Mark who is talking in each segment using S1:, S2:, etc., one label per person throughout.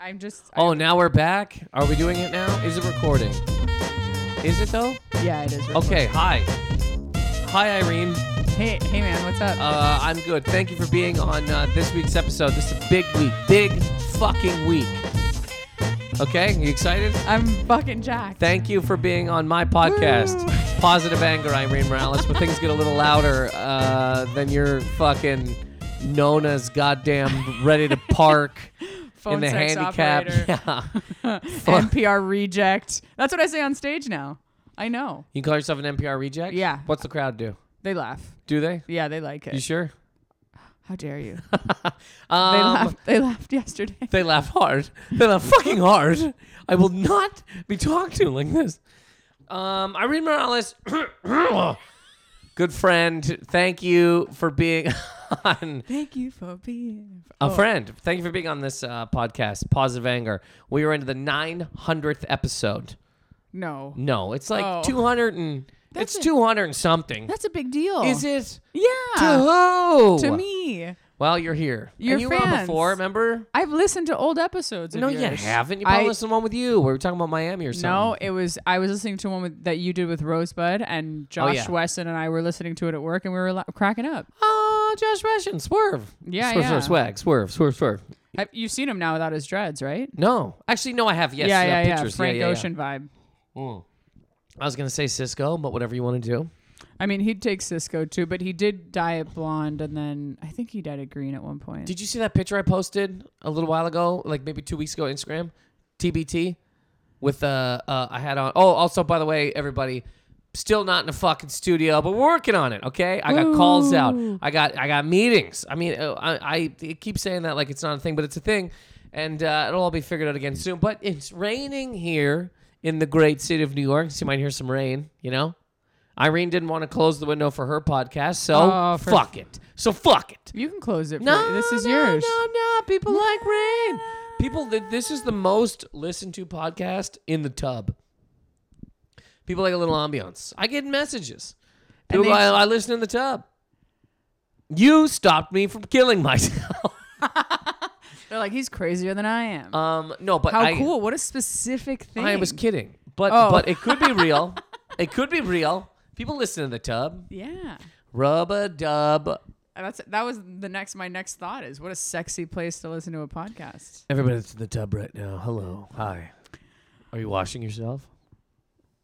S1: I'm just.
S2: Oh,
S1: I'm-
S2: now we're back. Are we doing it now? Is it recording? Is it though?
S1: Yeah, it is. recording.
S2: Okay. Hi. Hi, Irene.
S1: Hey, hey, man, what's up?
S2: Uh, I'm good. Thank you for being on uh, this week's episode. This is a big week. Big fucking week. Okay. You excited?
S1: I'm fucking jacked.
S2: Thank you for being on my podcast.
S1: Woo.
S2: Positive anger, Irene Morales. When things get a little louder uh, than your fucking Nona's goddamn ready to park.
S1: Phone
S2: in the
S1: sex
S2: handicap.
S1: operator.
S2: Yeah.
S1: NPR reject. That's what I say on stage now. I know.
S2: You call yourself an NPR reject?
S1: Yeah.
S2: What's the crowd do?
S1: They laugh.
S2: Do they?
S1: Yeah, they like it.
S2: You sure?
S1: How dare you?
S2: Um,
S1: They laughed. They laughed yesterday.
S2: They laugh hard. They laugh fucking hard. I will not be talked to like this. Um, Irene Morales, good friend. Thank you for being on
S1: Thank you for being oh,
S2: a friend. Thank you for being on this uh, podcast, Positive Anger. We are into the 900th episode.
S1: No,
S2: No, it's like
S1: Oh.
S2: 200 and
S1: That's
S2: it's
S1: a-
S2: 200 and something.
S1: that's a big deal.
S2: Is it?
S1: Yeah.
S2: Ah. to who?
S1: To me,
S2: Well, you're here. And
S1: You're
S2: you were on
S1: fans.
S2: before, remember?
S1: I've listened to old episodes. Of
S2: No,
S1: yours.
S2: you haven't. You probably
S1: I-
S2: listened to one with you. We were talking about Miami or something.
S1: No, it was I was listening to one with, that you did with Rosebud and Josh
S2: Oh, yeah.
S1: Wesson and I were listening to it at work and we were la- cracking up.
S2: Oh, Josh Russian, swerve.
S1: Yeah,
S2: swerve,
S1: yeah.
S2: swerve, swag, swerve, swerve, swerve.
S1: Have, you've seen him now without his dreads, right?
S2: No, actually, no, I have. Yes,
S1: yeah, yeah, yeah.
S2: pictures.
S1: Frank
S2: yeah, yeah,
S1: Ocean vibe.
S2: Yeah. Mm. I was gonna say Cisco, but whatever you want to do.
S1: I mean, he'd take Cisco too, but he did dye it blonde and then I think he dyed it green at one point.
S2: Did you see that picture I posted a little while ago, like maybe two weeks ago, on Instagram, TBT, with uh, uh, I had on. Oh, also by the way, everybody, still not in the fucking studio, but we're working on it. Okay, I got calls out.
S1: Woo.
S2: I got I got meetings. I mean, uh, I, I it keep saying that like it's not a thing, but it's a thing, and uh, it'll all be figured out again soon. But it's raining here in the great city of New York, so you might hear some rain. You know. Irene didn't want to close the window for her podcast, so
S1: Oh, for-
S2: fuck it. So fuck it.
S1: You can close it.
S2: No,
S1: for, this is
S2: no,
S1: yours.
S2: No, no, people like rain. People, th- this is the most listened to podcast in the tub. People like a little ambiance. I get messages.
S1: And
S2: People, go,
S1: they-
S2: I, I listen in the tub. You stopped me from killing myself.
S1: They're like he's crazier than I am.
S2: um, no, but
S1: How
S2: I,
S1: cool! What a specific thing.
S2: I was kidding. But
S1: Oh.
S2: but it could be real. it could be real. People listen in the tub.
S1: Yeah.
S2: Rub a dub.
S1: And That's that was the next. My next thought is, what a sexy place to listen to a podcast.
S2: Everybody's in the tub right now. Hello. Hi. Are you washing yourself?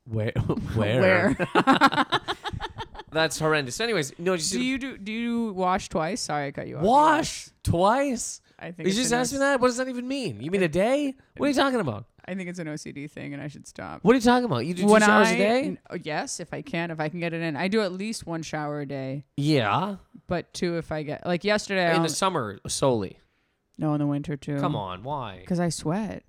S2: Where? Where?
S1: Where?
S2: That's horrendous. Anyways, no, just
S1: Do you do do you wash twice? Sorry, I cut you off.
S2: wash twice.
S1: I think
S2: You
S1: it's
S2: just
S1: an
S2: asked me
S1: O-
S2: that. What does that even mean? You mean a day? What are you talking about?
S1: I think it's an OCD thing, and I should stop.
S2: What are you talking about? You do two showers
S1: I,
S2: a day?
S1: n- oh, yes, if I can, if I can get it in, I do at least one shower a day,
S2: yeah,
S1: but two if I get like yesterday. I
S2: in
S1: only,
S2: the summer solely.
S1: no, in the winter too.
S2: Come on, why?
S1: because I sweat.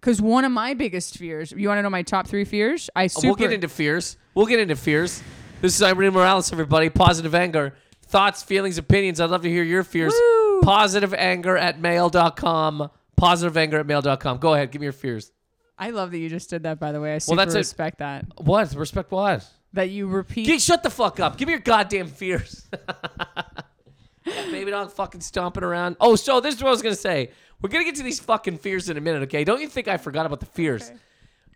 S1: Because one of my biggest fears. You want to know my top three fears? I super.
S2: Oh, Uh, We'll get into fears. We'll get into fears. This is Irene Morales, everybody. Positive anger. Thoughts, feelings, opinions. I'd love to hear your fears.
S1: Woo.
S2: Positive anger at mail.com. Positive anger at mail.com. Go ahead. Give me your fears.
S1: I love that you just did that. By the way, I super
S2: Well, that's a-
S1: respect that.
S2: What? Respect what?
S1: That you repeat.
S2: Gee, shut the fuck up. Give me your goddamn fears. Maybe not fucking stomping around. Oh, so this is what I was gonna say. We're gonna get to these fucking fears in a minute, okay? Don't you think I forgot about the fears?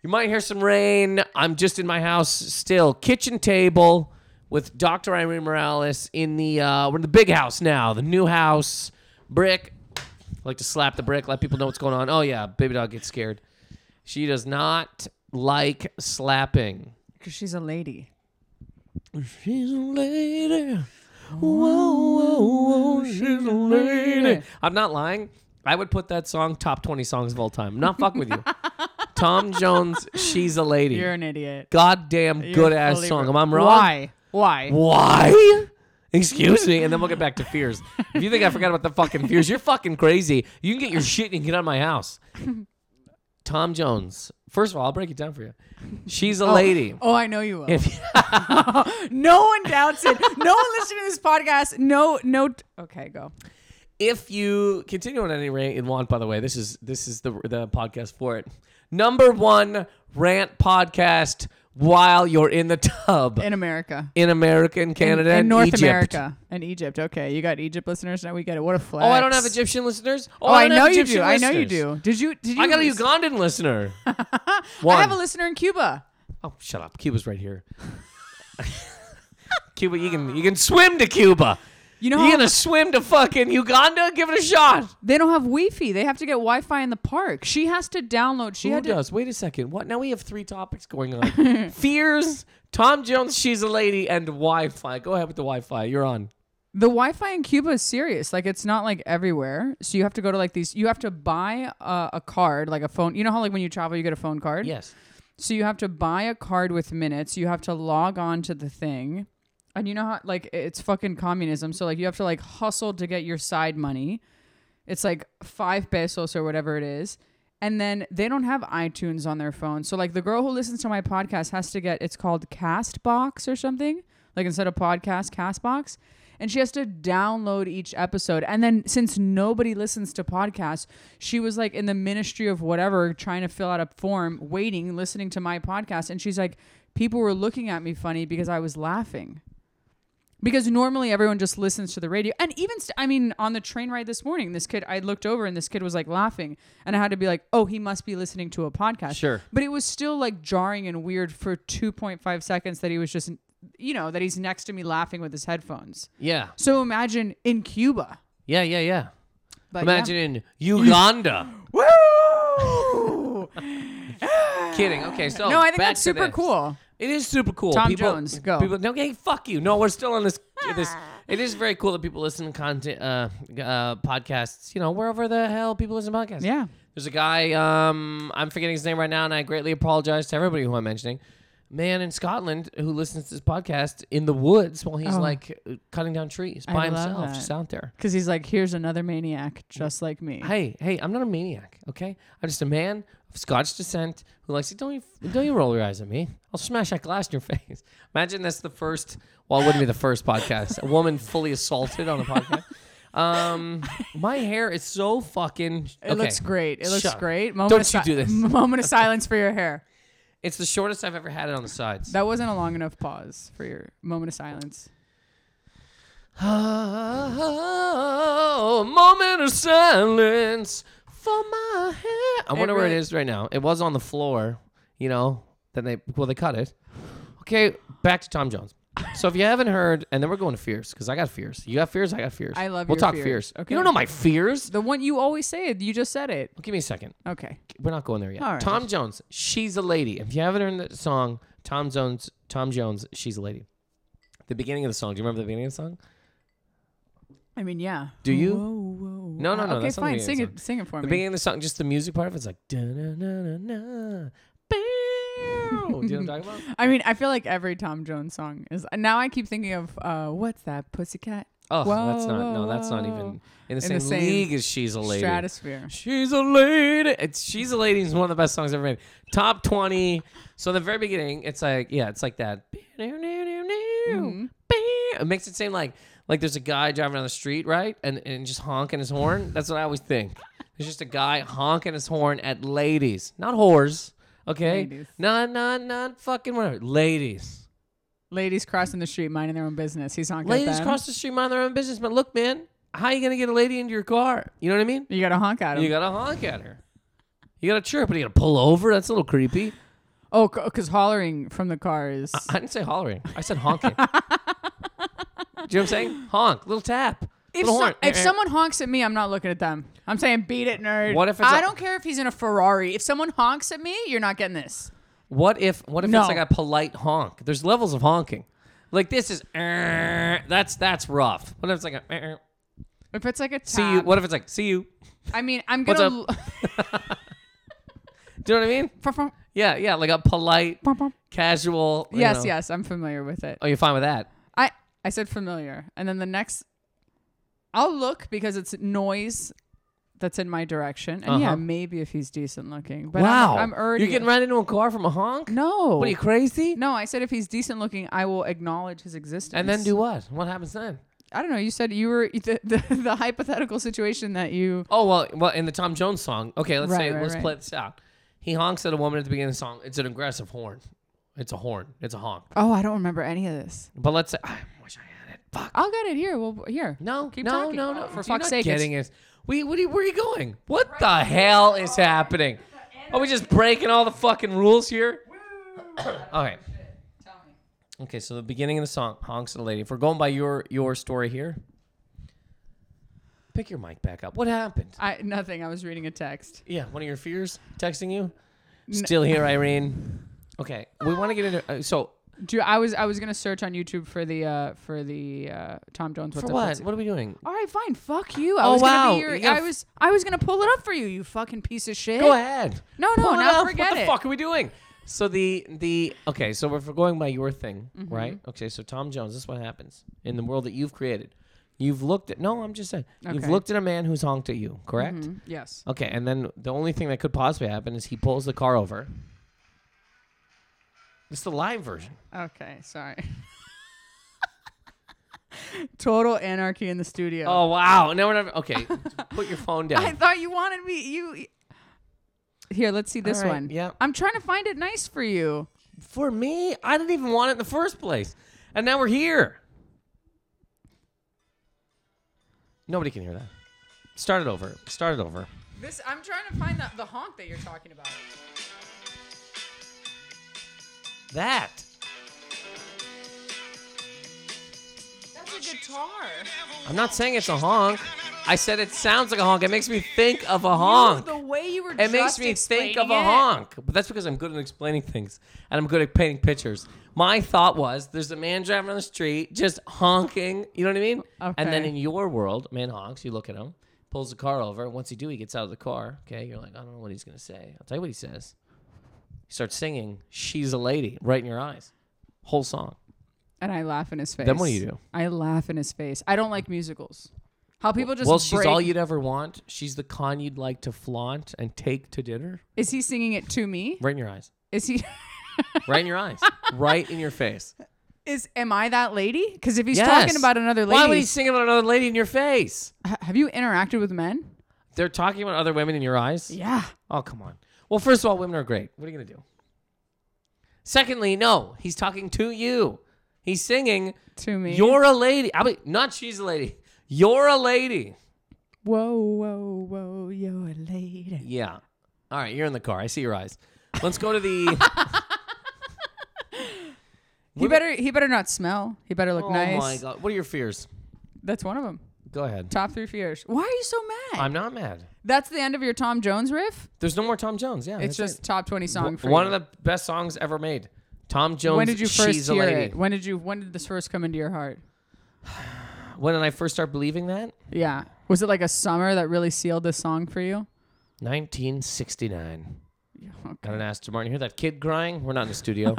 S2: You might hear some rain. I'm just in my house still. Kitchen table with Dr. Irene Morales in the uh we're in the big house now, the new house. Brick. I like to slap the brick, let people know what's going on. Oh yeah, baby dog gets scared. She does not like slapping.
S1: Because she's a lady.
S2: She's a lady. Whoa, whoa, whoa, she's a lady. I'm not lying. I would put that song top 20 songs of all time. I'm not fucking with you. Tom Jones, She's a Lady.
S1: You're an idiot.
S2: Goddamn
S1: You're
S2: good ass
S1: fully
S2: song.
S1: wrong.
S2: Am I wrong?
S1: Why? Why?
S2: Why? Excuse me. And then we'll get back to fears. If you think I forgot about the fucking fears, you're fucking crazy. You can get your shit and get out of my house. Tom Jones. First of all, I'll break it down for you. She's a lady.
S1: Oh, I know you will.
S2: If-
S1: no one doubts it. No one listening to this podcast. No, no. T- okay, go.
S2: if you continue on any rant you want, by the way, this is this is the the podcast for it. Number one rant podcast. while you're in the tub
S1: in America.
S2: in America and Canada
S1: in, in
S2: and
S1: North
S2: Egypt.
S1: America and Egypt. Okay, you got Egypt listeners now. We get it. What a flex!
S2: Oh, I don't have Egyptian listeners.
S1: Oh, I,
S2: don't
S1: know
S2: have
S1: you
S2: Egyptian
S1: do. I know you
S2: listeners.
S1: do. Did you? Did you?
S2: I got a
S1: listen-
S2: Ugandan listener.
S1: I
S2: One.
S1: have a listener in Cuba.
S2: oh, shut up. Cuba's right here. Cuba, you can you can swim to Cuba.
S1: You know,
S2: You
S1: how
S2: gonna swim to fucking Uganda? Give it a shot.
S1: they don't have Wi-Fi. They have to get Wi-Fi in the park. She has to download. She
S2: Who
S1: had to.
S2: does? Wait a second. What? Now we have three topics going on: fears, Tom Jones, she's a lady, and Wi-Fi. Go ahead with the Wi-Fi. You're on.
S1: The Wi-Fi in Cuba is serious. Like it's not like everywhere. So you have to go to like these. You have to buy a, a card, like a phone. You know how like when you travel, you get a phone card.
S2: Yes.
S1: So you have to buy a card with minutes. You have to log on to the thing. And you know how like it's fucking communism. So like you have to like hustle to get your side money. It's like 5 pesos or whatever it is. And then they don't have iTunes on their phone. So like the girl who listens to my podcast has to get it's called Castbox or something. Like instead of podcast, Castbox. And she has to download each episode. And then since nobody listens to podcasts, she was like in the ministry of whatever trying to fill out a form, waiting, listening to my podcast and she's like people were looking at me funny because I was laughing because normally everyone just listens to the radio and even st- i mean on the train ride this morning this kid i looked over and this kid was like laughing and i had to be like oh he must be listening to a podcast
S2: Sure.
S1: but it was still like jarring and weird for 2.5 seconds that he was just you know that he's next to me laughing with his headphones
S2: Yeah.
S1: so imagine in cuba
S2: Yeah. Yeah. Yeah.
S1: but
S2: Imagine in Uganda.
S1: yeah. Woo!
S2: Kidding. Okay. So
S1: no i think
S2: Oh, back
S1: that's
S2: to
S1: super
S2: this.
S1: cool
S2: It is super cool.
S1: Tom
S2: people,
S1: Jones, go.
S2: People, no, hey, fuck you. No, we're still on this. this. It is very cool that people listen to content, uh, uh, podcasts. You know, wherever the hell people listen to podcasts.
S1: yeah
S2: There's a guy. Um, I'm forgetting his name right now, and I greatly apologize to everybody who I'm mentioning. Man in Scotland who listens to this podcast in the woods while he's
S1: Oh.
S2: like cutting down trees
S1: I
S2: by
S1: love
S2: himself,
S1: that.
S2: just out there.
S1: because he's like here's another maniac just like me
S2: Hey, hey, I'm not a maniac, okay? I'm just a man of Scottish descent who likes to don't you don't you roll your eyes at me. I'll smash that glass in your face. Imagine that's the first well, it wouldn't be the first podcast. A woman fully assaulted on a podcast. Um my hair is so fucking
S1: It looks great. It looks
S2: Shut up.
S1: great. Moment
S2: Don't
S1: of
S2: you do this.
S1: Moment of silence for your hair.
S2: It's the shortest I've ever had it on the sides.
S1: That wasn't a long enough pause for your moment of silence.
S2: Oh, moment of silence for my hair. I wonder where it
S1: really-
S2: is right now. It was on the floor, you know. Then they well they cut it. Okay, back to Tom Jones. So if you haven't heard, and then we're going to fears because I got fears. You got fears. I got fears.
S1: I love
S2: We'll
S1: your
S2: talk
S1: fears.
S2: fears.
S1: Okay.
S2: You don't know my fears.
S1: The one you always say it. You just said it.
S2: Well, give me a second.
S1: Okay.
S2: We're not going there yet.
S1: All right.
S2: Tom Jones. She's a lady. If you haven't heard that song, Tom Jones. Tom Jones. She's a lady. The beginning of the song. Do you remember the beginning of the song?
S1: I mean, yeah.
S2: Do you?
S1: Whoa, whoa, whoa.
S2: No, no, no,
S1: Okay,
S2: that's not
S1: fine.
S2: the beginning
S1: Sing
S2: of the
S1: it. Sing it for
S2: the
S1: me.
S2: beginning of the song, just the music part of it's like na na na na. Do you know what I'm talking about?
S1: I mean, I feel like every Tom Jones song is. Now I keep thinking of uh, what's that pussycat
S2: Oh,
S1: Whoa,
S2: that's not. No,
S1: whoa,
S2: that's not
S1: whoa.
S2: even in the,
S1: In
S2: same,
S1: the same
S2: league as she's a lady.
S1: stratosphere.
S2: She's a lady. It's she's a lady is one of the best songs ever made. Top twenty. So in the very beginning, it's like yeah, it's like that.
S1: Mm-hmm.
S2: It makes it seem like like there's a guy driving down the street, right, and and just honking his horn. That's what I always think. There's just a guy honking his horn at ladies, not whores. Okay,
S1: Ladies.
S2: not not not fucking whatever. Ladies.
S1: Ladies crossing the street, minding their own business. He's honking at
S2: Ladies
S1: them.
S2: cross the street mind their own business. But look, man, how you gonna get a lady into your car? You know what I mean?
S1: you gotta honk at him.
S2: You gotta honk at her. You gotta chirp, but you gotta pull over. That's a little creepy.
S1: oh, because hollering from the car is.
S2: I didn't say hollering. I said honking. Do you know what I'm saying? Honk, little tap,
S1: If,
S2: little
S1: so-
S2: horn. Eh,
S1: if someone honks at me, I'm not looking at them. I'm saying, beat it, nerd.
S2: What if it's
S1: I
S2: a-
S1: don't care if he's in a Ferrari. If someone honks at me, you're not getting this.
S2: eh. what if what if
S1: No.
S2: it's like a polite honk? There's levels of honking. Like this is "Err," that's that's rough. What if it's like a "Err,"
S1: If it's like a tap,
S2: see you? What if it's like see you?
S1: I mean, I'm
S2: What's
S1: gonna.
S2: Do you know what I mean?
S1: l-
S2: Yeah, yeah, like a polite, casual. you
S1: yes,
S2: know.
S1: yes, I'm familiar with it.
S2: Oh, you're fine with that.
S1: I I said familiar, and then the next, I'll look because it's noise that's in my direction, and yeah,
S2: Uh-huh.
S1: maybe if he's decent looking. But
S2: wow,
S1: I'm, I'm already.
S2: You're getting right into a car from a honk.
S1: No.
S2: What are you crazy?
S1: no, I said if he's decent looking, I will acknowledge his existence.
S2: And then do what? What happens then?
S1: I don't know. You said you were the, the, the hypothetical situation that you
S2: Oh well, well in the Tom Jones song. Okay, let's
S1: Right,
S2: say
S1: right,
S2: let's
S1: right.
S2: play this out. He honks at a woman at the beginning of the song. It's an aggressive horn. It's a horn. It's a honk.
S1: Oh, I don't remember any of this.
S2: But let's say I wish I had it. Fuck.
S1: I'll get it here. Well, here.
S2: No,
S1: Keep
S2: no,
S1: talking.
S2: no, no.
S1: For
S2: You're not
S1: fuck's sake, it's-
S2: getting it. We, what are you, where are you going? What the hell is happening? Are Oh, we just breaking all the fucking rules here? all right. Okay, so the beginning of the song, honks at the lady. If we're going by your your story here, pick your mic back up. What happened?
S1: I nothing. I was reading a text.
S2: Yeah, one of your fears texting you. Still here, Irene. Okay, we want to get into. Uh, so
S1: Do you- I was I was gonna search on YouTube for the uh for the uh Tom Jones. What's
S2: for
S1: up,
S2: what?
S1: What's-
S2: What are we doing?
S1: All right, fine. Fuck you. I
S2: Oh,
S1: was gonna
S2: wow.
S1: be your,
S2: You gotta
S1: I
S2: f-
S1: was I was gonna pull it up for you. You fucking piece of shit.
S2: Go ahead.
S1: No, Eh? no,
S2: Pull it
S1: now
S2: up.
S1: forget
S2: What the
S1: it.
S2: fuck are we doing? So the the okay, so if we're going by your thing,
S1: Mm-hmm.
S2: right? Okay, so Tom Jones, this is what happens in the world that you've created. You've looked at no, I'm just saying you've
S1: Okay.
S2: looked at a man who's honked at you, correct?
S1: Mhm. Yes.
S2: Okay, and then the only thing that could possibly happen is he pulls the car over. It's the live version.
S1: Okay. Sorry. Total anarchy in the studio.
S2: Oh wow! Now we're not okay. put your phone down.
S1: I thought you wanted me. You. Here, let's see this
S2: right,
S1: one.
S2: yeah.
S1: I'm trying to find it nice for you.
S2: For me, I didn't even want it in the first place, and now we're here. Nobody can hear that. Start it over. Start it over.
S1: This I'm trying to find the, the honk that you're talking about.
S2: That.
S1: That's a guitar.
S2: I'm not saying it's a honk. I said it sounds like a honk. It makes me think of a
S1: Oh,
S2: honk.
S1: the way you were.
S2: It makes me think of a honk. But that's because I'm good at explaining things and I'm good at painting pictures. My thought was there's a man driving on the street just honking. You know what I mean? And then
S1: Okay.
S2: in your world, a man honks, you look at him, pulls the car over. Once he do, he gets out of the car. Okay, you're like, I don't know what he's gonna say. I'll tell you what he says. He starts singing, She's a lady, right in your eyes. Whole song.
S1: And I laugh in his face.
S2: Then what do you do?
S1: I laugh in his face. I don't like musicals. How people just
S2: well, she's
S1: break-
S2: all you'd ever want. She's the con you'd like to flaunt and take to dinner.
S1: Is he singing it to me?
S2: Right in your eyes.
S1: Is he?
S2: Right in your eyes. right in your face.
S1: Is am I that lady? Because if he's
S2: Yes.
S1: talking about another lady,
S2: Why would he sing about another lady in your face?
S1: Ha- have you interacted with men?
S2: They're talking about other women in your eyes?
S1: Yeah.
S2: Oh, come on. Well, first of all, women are great. What are you going to do? Secondly, no, he's talking to you. He's singing,
S1: To me.
S2: You're a lady. I mean, not she's a lady. You're a lady.
S1: whoa, whoa, whoa, you're a lady.
S2: Yeah. All right, you're in the car. I see your eyes. Let's go to the.
S1: He better he better not smell. He better look
S2: oh,
S1: nice.
S2: my God. What are your fears?
S1: That's one of them.
S2: Go ahead.
S1: Top three fears. Why are you so mad?
S2: I'm not mad.
S1: That's the end of your Tom Jones riff.
S2: There's no more Tom Jones. Yeah,
S1: It's
S2: that's
S1: just top twenty
S2: it.
S1: song for
S2: one
S1: you.
S2: of the best songs ever made. Tom Jones.
S1: When did you first
S2: she's
S1: hear
S2: a lady.
S1: it? When did you when did this first come into your heart?
S2: When did I first start believing that?
S1: Yeah. Was it like a summer that really sealed this song for you?
S2: 1969.
S1: Yeah,
S2: I
S1: Okay.
S2: don't ask Martin. You hear that kid crying? We're not in the studio.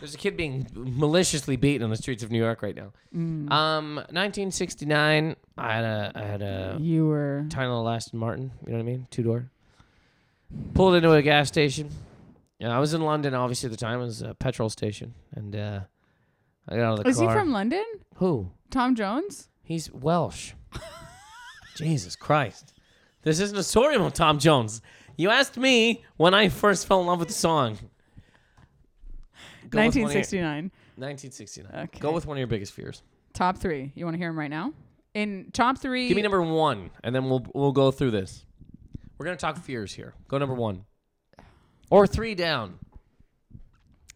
S2: There's a kid being maliciously beaten on the streets of New York right now.
S1: Mm.
S2: Um, 1969. I had a, I had a
S1: You were
S2: tiny little Aston Martin. You know what I mean? Two door. Pulled into a gas station. Yeah, I was in London, obviously, at the time. It was a petrol station, and uh, I got out of the
S1: Is
S2: car.
S1: he from London?
S2: who?
S1: Tom Jones?
S2: He's Welsh. Jesus Christ. This isn't a story about Tom Jones. You asked me when I first fell in love with the song. Go with one of your-
S1: 1969.
S2: 1969.
S1: Okay.
S2: Go with one of your biggest fears.
S1: Top three. You want to hear him right now? In top three.
S2: Give me number one, and then we'll we'll go through this. We're gonna talk fears here. Go number one, or three down.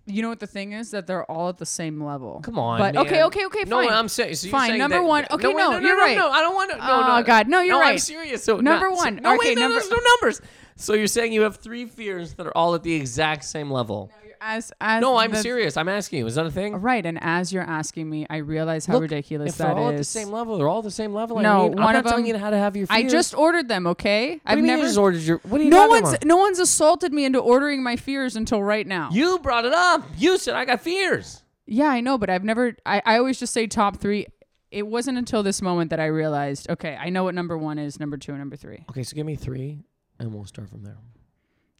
S1: you know what the thing is that they're all at the same level.
S2: Come on.
S1: But
S2: man.
S1: okay, okay, okay.
S2: No,
S1: fine.
S2: I'm saying. So you're
S1: Fine,
S2: saying
S1: number
S2: that-
S1: one. Okay,
S2: wait,
S1: no, you're
S2: no,
S1: right.
S2: No, I don't want to. No,
S1: Oh,
S2: no.
S1: God, no, you're
S2: I'm
S1: right.
S2: serious. So
S1: Number
S2: not-
S1: one.
S2: So, no,
S1: Okay,
S2: wait, no,
S1: number-
S2: there's no numbers. So you're saying you have three fears that are all at the exact same level?
S1: As as
S2: No, I'm
S1: the-
S2: serious. I'm asking you. Is that a thing?
S1: Right, and as you're asking me, I realize how
S2: Look,
S1: ridiculous
S2: If they're
S1: that
S2: all at the
S1: is.
S2: same level, they're all the same level.
S1: No,
S2: I mean, I'm
S1: one
S2: not
S1: of
S2: telling
S1: them-
S2: you how to have your.
S1: I
S2: fears.
S1: just ordered them. Okay,
S2: What do
S1: I've
S2: you mean you
S1: never.
S2: just ordered your. What do you?
S1: no
S2: talking
S1: one's
S2: about?
S1: no one's assaulted me into ordering my fears until right now.
S2: You brought it up. You said I got fears.
S1: yeah, I know, but I've never. I, I always just say top three. It wasn't until this moment that I realized. Okay, I know what number one is, number two, and number three.
S2: Okay, so give me three, and we'll start from there.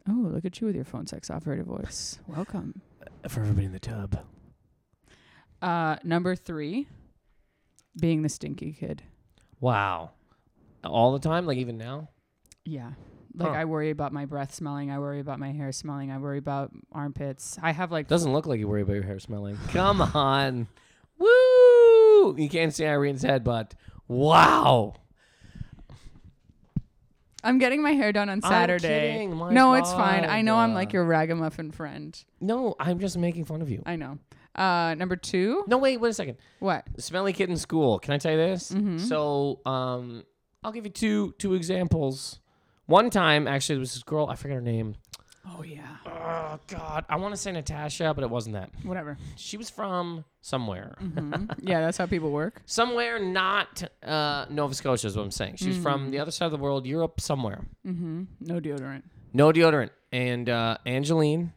S1: Oh, look at you with your phone sex operator voice. Welcome.
S2: For everybody in the tub.
S1: Uh, number three, being the stinky kid.
S2: Wow. All the time, like even now.
S1: Yeah. Like
S2: Huh.
S1: I worry about my breath smelling. I worry about my hair smelling. I worry about armpits. I have like
S2: Doesn't look like you worry about your hair smelling. Come on. Woo! You can't see Irene's head, but wow.
S1: I'm getting my hair done on
S2: I'm
S1: Saturday.
S2: kidding. Oh My
S1: no, it's fine.
S2: God.
S1: I know I'm
S2: Uh,
S1: like your ragamuffin friend.
S2: No, I'm just making fun of you.
S1: I know. Uh, number two.
S2: No, wait, wait a second.
S1: What?
S2: Smelly kid in school. Can I tell you this? So, um, I'll give you two two examples. One time, actually, there was this girl. I forget her name.
S1: Oh yeah.
S2: Oh God, I want to say Natasha, but it wasn't that.
S1: Whatever. Mm-hmm.
S2: She was from somewhere.
S1: yeah, that's how people work.
S2: somewhere not uh, Nova Scotia is what I'm saying. She's from the other side of the world, Europe, somewhere.
S1: Mm-hmm. No deodorant.
S2: No deodorant. And uh, Angeline,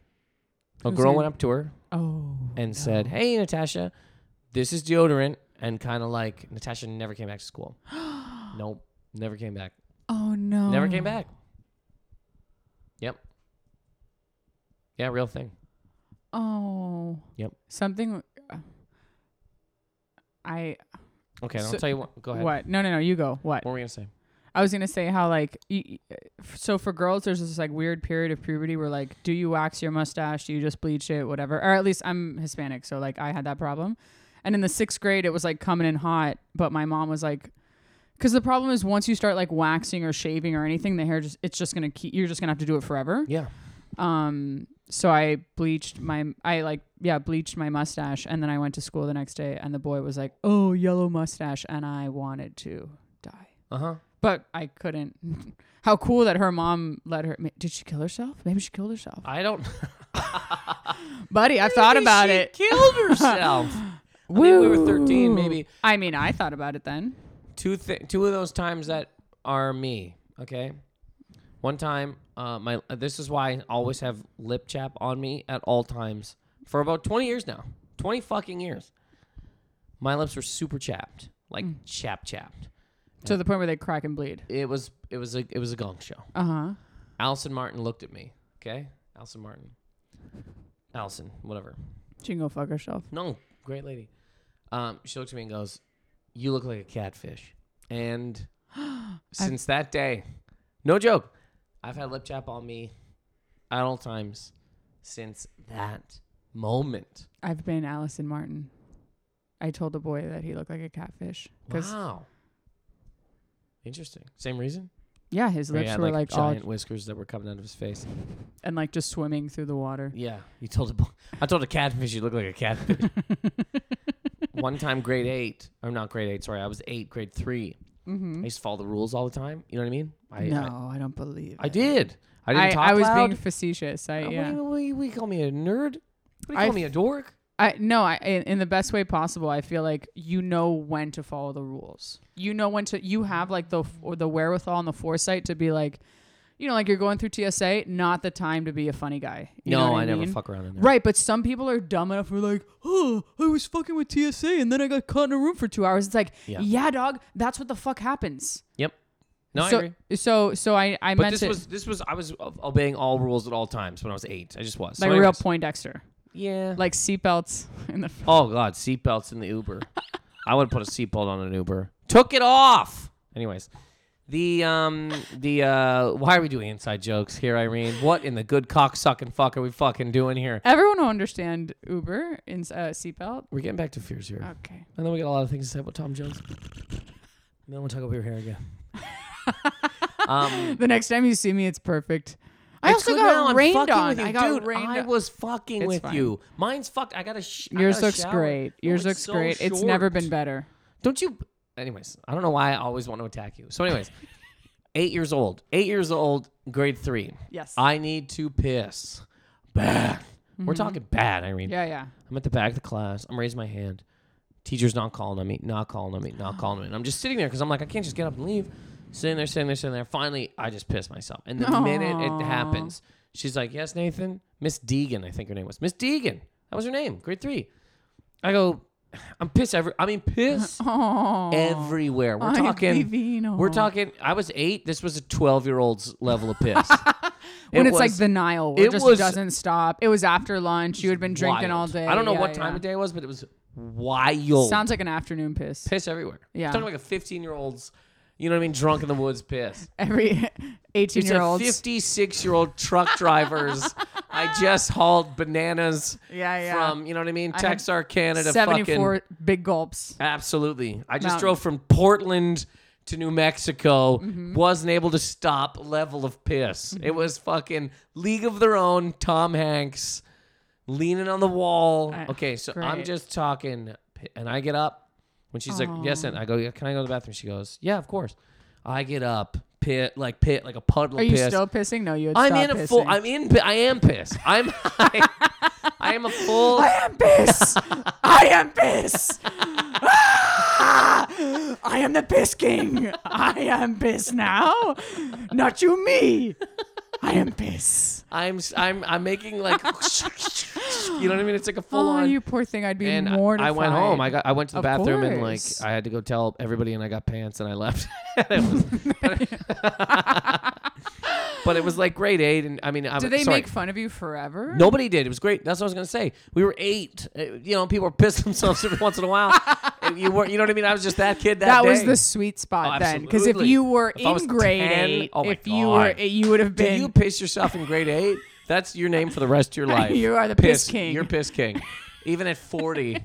S2: a
S1: Who's
S2: girl
S1: that?
S2: went up to her
S1: Oh.
S2: and said, "Hey, Natasha, this is deodorant." And kind of like Natasha never came back to school. nope, never came back.
S1: Oh no.
S2: Never came back. Yep. Yeah, real thing.
S1: Oh.
S2: Yep.
S1: Something. uh, I
S2: Okay, I'll
S1: So-
S2: tell you what. Go ahead.
S1: what? No, no, no. You go. What?
S2: What were we gonna say?
S1: I was gonna say how like y- y- so for girls there's this like weird period of puberty where like do you wax your mustache do you just bleach it whatever or at least I'm Hispanic so like I had that problem and in the sixth grade it was like coming in hot but my mom was like because the problem is once you start like waxing or shaving or anything the hair just it's just gonna keep you're just gonna have to do it forever
S2: Yeah.
S1: um so I bleached my I like yeah bleached my mustache and then I went to school the next day and the boy was like oh yellow mustache and I wanted to die
S2: Uh huh.
S1: but I couldn't. How cool that her mom let her. ma- Did she kill herself? Maybe she killed herself.
S2: I don't.
S1: Buddy, I've thought
S2: Maybe
S1: about
S2: she
S1: it.
S2: Killed herself. I mean, we were 13,
S1: Woo.
S2: maybe.
S1: I mean, I thought about it then.
S2: two th- two of those times that are me. Okay, one time, uh, my this is why I always have lip chap on me at all times for about twenty years now, twenty fucking years. My lips were super chapped, like
S1: Mm.
S2: chap chapped.
S1: To the point where they crack and bleed.
S2: It was it was a it was a gong show.
S1: Uh huh.
S2: Allison Martin looked at me. Okay, Allison Martin, Allison, whatever.
S1: She can go fuck herself.
S2: No, great lady. Um, she looks at me and goes, "You look like a catfish." And since that day, no joke, I've had lip chap on me at all times since that moment.
S1: I've been Allison Martin. I told a boy that he looked like a catfish because
S2: Wow. Interesting. Same reason.
S1: yeah, his
S2: Or he
S1: lips
S2: had,
S1: were
S2: Oh, like,
S1: like,
S2: giant
S1: all
S2: whiskers that were coming out of his face.
S1: and like just swimming through the water.
S2: Yeah, you told a bo- I told a catfish you look like a catfish. One time, grade eight, or not grade eight. Sorry, I was eight, grade three. I used to follow the rules all the time. You know what I mean? I, I-
S1: Hmm? Mm-hmm. no, I, don't believe.
S2: I
S1: it.
S2: did. I didn't
S1: I,
S2: talk
S1: I was
S2: loud.
S1: being facetious. I
S2: Uh,
S1: yeah.
S2: What do you, what do you- what do you call me a nerd? What do you
S1: I
S2: call me a dork?
S1: I no, I in, in the best way possible. I feel like you know when to follow the rules. You know when to. You have like the or the wherewithal and the foresight to be like, you know, like you're going through TSA. Not the time to be a funny guy. You know
S2: no,
S1: what
S2: I, never
S1: mean?
S2: fuck around in there.
S1: Right, but some people are dumb enough who are like, oh, I was fucking with TSA and then I got caught in a room for two hours. It's like,
S2: Yeah.
S1: yeah, dog, that's what the fuck happens.
S2: Yep. No,
S1: so,
S2: I agree.
S1: So, so I, I
S2: But
S1: meant
S2: this
S1: it
S2: was this was I was o- obeying all rules at all times when I was eight. I just was.
S1: like
S2: so
S1: real
S2: anyways,
S1: Poindexter,
S2: Yeah.
S1: like seatbelts in the.
S2: oh god, seatbelts in the Uber. I would put a seatbelt on an Uber. Took it off. Anyways, the um the uh why are we doing inside jokes here, Irene? What in the good cock sucking fuck are we fucking doing here?
S1: Everyone will understand Uber in uh, seatbelt.
S2: We're getting back to fears here.
S1: Okay.
S2: And then we got a lot of things to say about Tom Jones. And then we'll talk about your hair again. um,
S1: The next time you see me, it's perfect. I
S2: it's
S1: also
S2: good now,
S1: got
S2: I'm
S1: rained
S2: fucking
S1: on.
S2: with you.
S1: I got
S2: Dude,
S1: rained
S2: I
S1: on.
S2: was fucking
S1: It's
S2: with
S1: fine.
S2: you. Mine's fucked. I got a. Sh- I
S1: Yours
S2: gotta
S1: looks
S2: shower.
S1: great.
S2: No,
S1: Yours
S2: it's
S1: looks
S2: so
S1: great. It's never
S2: short.
S1: been better.
S2: Don't you? Anyways, I don't know why I always want to attack you. So, anyways, eight years old. Eight years old, grade three.
S1: Yes.
S2: I need to piss. Bad. We're talking bad, Irene.
S1: Mm-hmm. yeah, yeah.
S2: I'm at the back of the class. I'm raising my hand. Teacher's not calling on me, not calling on me, not calling on me. And I'm just sitting there because I'm like, I can't just get up and leave. Sitting there, sitting there, sitting there. Finally, I just piss myself. And the minute it
S1: Aw.
S2: happens, she's like, Yes, Nathan? Miss Deegan, I think her name was. Miss Deegan. That was her name, grade three. I go, I'm pissed every I mean piss
S1: Oh,
S2: everywhere. We're
S1: I'm
S2: talking
S1: divino.
S2: We're talking I was eight. This was a twelve year old's level of piss.
S1: when
S2: It
S1: it's like
S2: was-
S1: the Nile, where
S2: it
S1: it just
S2: was-
S1: doesn't stop. It was after lunch. You had been drinking all
S2: wild.
S1: day.
S2: I don't know
S1: Yeah,
S2: what time
S1: yeah.
S2: of day it was, but it was wild.
S1: Sounds like an afternoon piss.
S2: piss everywhere.
S1: Yeah.
S2: talking like a 15 year old's You know what I mean? Drunk in the woods, piss.
S1: Every 18
S2: It's
S1: year
S2: a
S1: old.
S2: 56 year old truck drivers. I just hauled bananas
S1: Yeah, yeah.
S2: from, you know what I mean?
S1: I had
S2: Texarkana to fucking.
S1: 74 big gulps.
S2: Absolutely. I just
S1: Mountain.
S2: drove from Portland to New Mexico.
S1: Mm-hmm.
S2: Wasn't able to stop level of piss. It was fucking League of Their Own, Tom Hanks leaning on the wall.
S1: I-
S2: okay, so I'm
S1: Uh, great.
S2: just talking pi- and I get up when she's like, "Yes," and I go, yeah, "Can I go to the bathroom?" She goes, "Yeah, of course." I get up, pit like pit like a puddle
S1: Are
S2: of
S1: you
S2: piss.
S1: still pissing? No, you had
S2: I'm in
S1: stopped
S2: a full.
S1: pissing.
S2: I'm in. pi- I am pissed. I'm. I, I am a full.
S1: I am piss. I am piss. Ah! I am the piss king. I am piss now. Not you, me. I am piss.
S2: I'm s- I'm I'm making like you know what I mean? It's like a full
S1: Oh,
S2: on.
S1: you poor thing. I'd be
S2: and I-
S1: mortified.
S2: I went home. I got I went to the
S1: Of
S2: bathroom and like
S1: course.
S2: I had to go tell everybody and I got pants and I left. It was- but it was like grade eight and I mean I
S1: Did they
S2: sorry,
S1: make fun of you forever?
S2: Nobody did. It was great. That's what I was gonna say. We were eight. Uh, You know, people were pissing themselves every once in a while. And you were, you know what I mean? I was just that kid that,
S1: That was
S2: day.
S1: the sweet spot
S2: Oh,
S1: then, because if
S2: absolutely.
S1: you were
S2: If I was
S1: in grade
S2: 10
S1: eight,
S2: oh my
S1: if you were,
S2: God.
S1: you would have
S2: Did
S1: been.
S2: you piss yourself in grade eight? That's your name for the rest of your life.
S1: You are the piss king.
S2: You're piss king. Even at forty.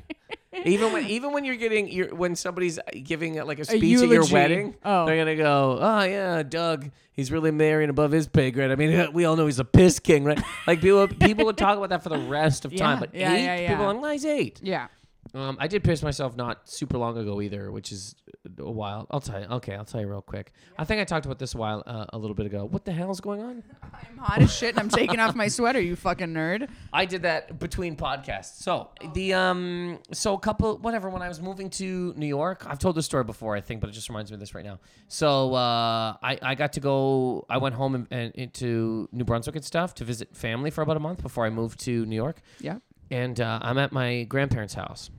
S2: even when even when you're getting your when somebody's giving uh, like a speech at your
S1: eulogy.
S2: wedding,
S1: Oh.
S2: they're gonna go, Oh yeah, Doug, he's really marrying above his pay grade. I mean, we all know he's a piss king, right? Like people people would talk about that for the rest of time.
S1: Yeah,
S2: But
S1: yeah,
S2: eight
S1: yeah, yeah.
S2: people are like, "Oh, he's eight.
S1: yeah.
S2: Um, I did piss myself not super long ago either, which is uh, a while. I'll tell you. Okay, I'll tell you real quick. I think I talked about this a while uh, a little bit ago. What the hell's going on?
S1: I'm hot as shit and I'm taking off my sweater, you fucking nerd.
S2: I did that between podcasts. So the um, so a couple whatever. When I was moving to New York, I've told this story before, I think, but it just reminds me of this right now. So uh, I I got to go. I went home and, and into New Brunswick and stuff to visit family for about a month before I moved to New York.
S1: Yeah.
S2: and uh, I'm at my grandparents' house,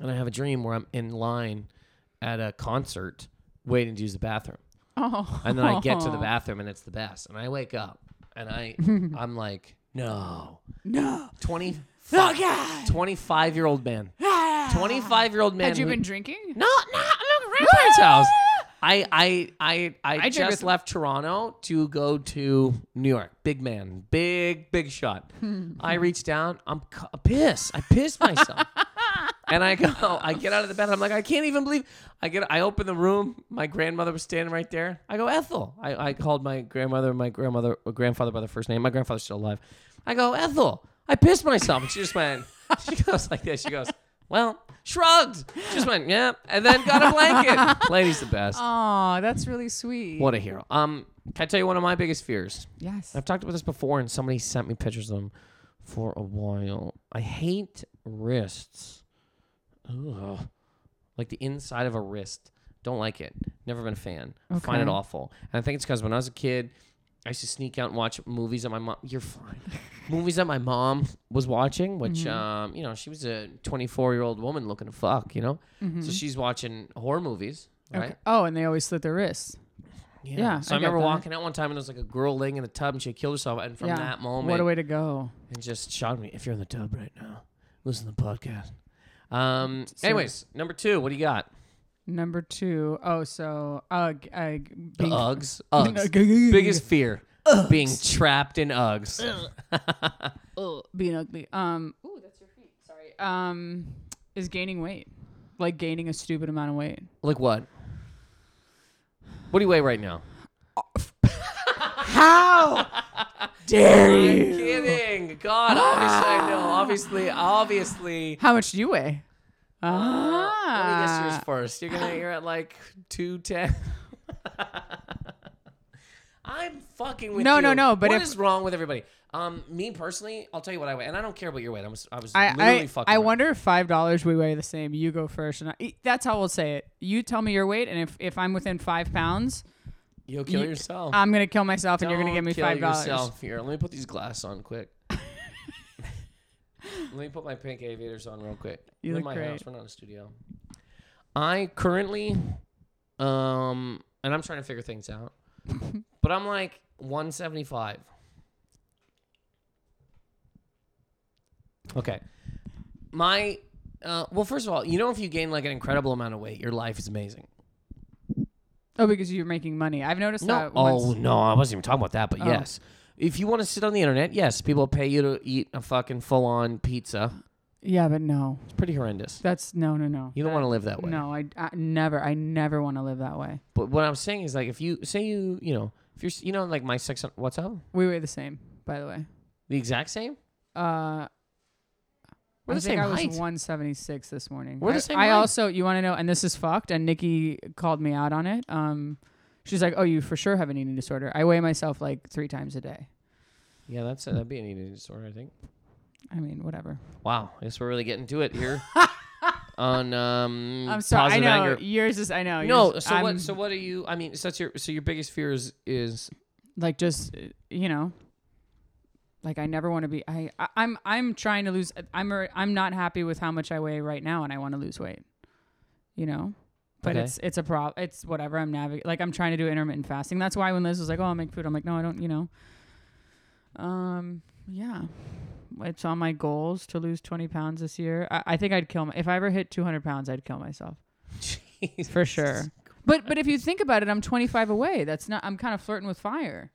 S2: and I have a dream where I'm in line at a concert waiting to use the bathroom,
S1: Oh.
S2: and then I get to the bathroom and it's the best, and I wake up and I I'm like no
S1: No.
S2: 20
S1: Oh god.
S2: 25 year old man 25 year old man
S1: Had you
S2: who-
S1: been drinking?
S2: no no I'm at my grandparents' house. I I I I,
S1: drink
S2: just
S1: with-
S2: left Toronto to go to New York. Big man, big big shot.
S1: Hmm.
S2: I reach down. I'm cu- piss. I pissed myself. and I go. I get out of the bed. I'm like, I can't even believe. I get. I open the room. My grandmother was standing right there. I go, Ethel. I, I called my grandmother. and My grandmother, uh, grandfather by their first name. My grandfather's still alive. I go, Ethel. I pissed myself. And she just went. She goes like this. She goes. Well, shrugged. She Just went, yeah, and then got a blanket. Lady's the best.
S1: Oh, that's really sweet.
S2: What a hero. Um, can I tell you one of my biggest fears?
S1: Yes.
S2: I've talked about this before, and somebody sent me pictures of them for a while. I hate wrists. Ugh. Like the inside of a wrist. Don't like it. Never been a fan. I Find it
S1: Okay.
S2: awful. And I think it's because when I was a kid, I used to sneak out and watch movies that my mom. You're fine. movies that my mom was watching, which
S1: Mm-hmm.
S2: um, you know, she was a 24 year old woman looking to fuck. You know, so she's watching horror movies, right?
S1: Mm-hmm. Okay. Oh, and they always slit their wrists.
S2: Yeah.
S1: Yeah,
S2: so I,
S1: I get
S2: remember
S1: that.
S2: walking out one time and there was like a girl laying in a tub and she had killed herself. And from
S1: yeah.
S2: that moment,
S1: What a way to go.
S2: and just shot me. If you're in the tub right now, listen to the podcast. Um. Anyways, number two. What do you got?
S1: Number two. Oh, so ugh, ugh,
S2: The
S1: being-
S2: Uggs.
S1: No,
S2: Uggs.
S1: g-
S2: Biggest fear. Being trapped in Uggs.
S1: ugh, being ugly. Um. Ooh, that's your feet. Sorry. Um, is gaining weight, like gaining a stupid amount of weight.
S2: like what? What do you weigh right now?
S1: How dare
S2: I'm kidding. God, obviously I know. Obviously, obviously.
S1: How much do you weigh?
S2: Let me guess yours
S1: Ah.
S2: first. You're gonna you're at like two ten. I'm fucking with
S1: No,
S2: you.
S1: no, no, but
S2: What
S1: if-
S2: is wrong with everybody? Um, me personally, I'll tell you what I weigh, and I don't care about your weight. I was I was literally
S1: I, I,
S2: fucking.
S1: I
S2: around.
S1: wonder if five dollars we weigh the same. You go first, and I, that's how we'll say it. You tell me your weight, and if, if I'm within five pounds,
S2: You'll kill
S1: you-
S2: yourself.
S1: I'm gonna kill myself, and you're gonna
S2: Oh. Don't
S1: give me
S2: kill
S1: five dollars.
S2: yourself. Here, let me put these glasses on quick. let me put my pink aviators on real quick.
S1: You
S2: We're
S1: look
S2: in my
S1: great.
S2: house. We're not in a studio. I currently, um, and I'm trying to figure things out, but I'm like 175. Okay, my. Uh, well, first of all, you know if you gain like an incredible amount of weight, your life is amazing.
S1: Oh, because you're making money. I've noticed
S2: No.
S1: that.
S2: Oh
S1: once.
S2: no, I wasn't even talking about that. But
S1: Oh.
S2: yes, if you want to sit on the internet, yes, people pay you to eat a fucking full-on pizza.
S1: Yeah, but no.
S2: It's pretty horrendous.
S1: That's no, no, no.
S2: You don't want to live that way.
S1: No, I, I never. I never want to live that way.
S2: But what I'm saying is, like, if you say you, you know, if you're, s- you know, like my sex, on- what's up?
S1: We were the same, by the way.
S2: The exact same.
S1: Uh, I
S2: We're the
S1: think
S2: same
S1: I was
S2: height.
S1: 176 this morning.
S2: We're the
S1: I-
S2: same
S1: I,
S2: height.
S1: also, you want to know, and this is fucked. And Nikki called me out on it. Um, she's like, "Oh, you for sure have an eating disorder. I weigh myself like three times a day.
S2: Yeah, that's that'd be an eating disorder, I think.
S1: I mean, whatever.
S2: Wow, I guess we're really getting to it here on um.
S1: I'm sorry. I
S2: positive
S1: know
S2: anger.
S1: yours is. I know.
S2: No,
S1: yours-
S2: so
S1: I'm-
S2: what? So what are you? I mean, so that's your. So your biggest fear is is
S1: like just uh, you know like i never want to be I, I i'm i'm trying to lose i'm alre- i'm not happy with how much i weigh right now and i want to lose weight you know but
S2: Okay.
S1: it's it's a problem it's whatever i'm navigating like i'm trying to do intermittent fasting that's why when liz was like oh i'll make food i'm like no i don't you know um yeah it's on my goals to lose 20 pounds this year i, I think i'd kill my, if i ever hit 200 pounds i'd kill myself for sure but but if you think about it i'm 25 away that's not i'm kind of flirting with fire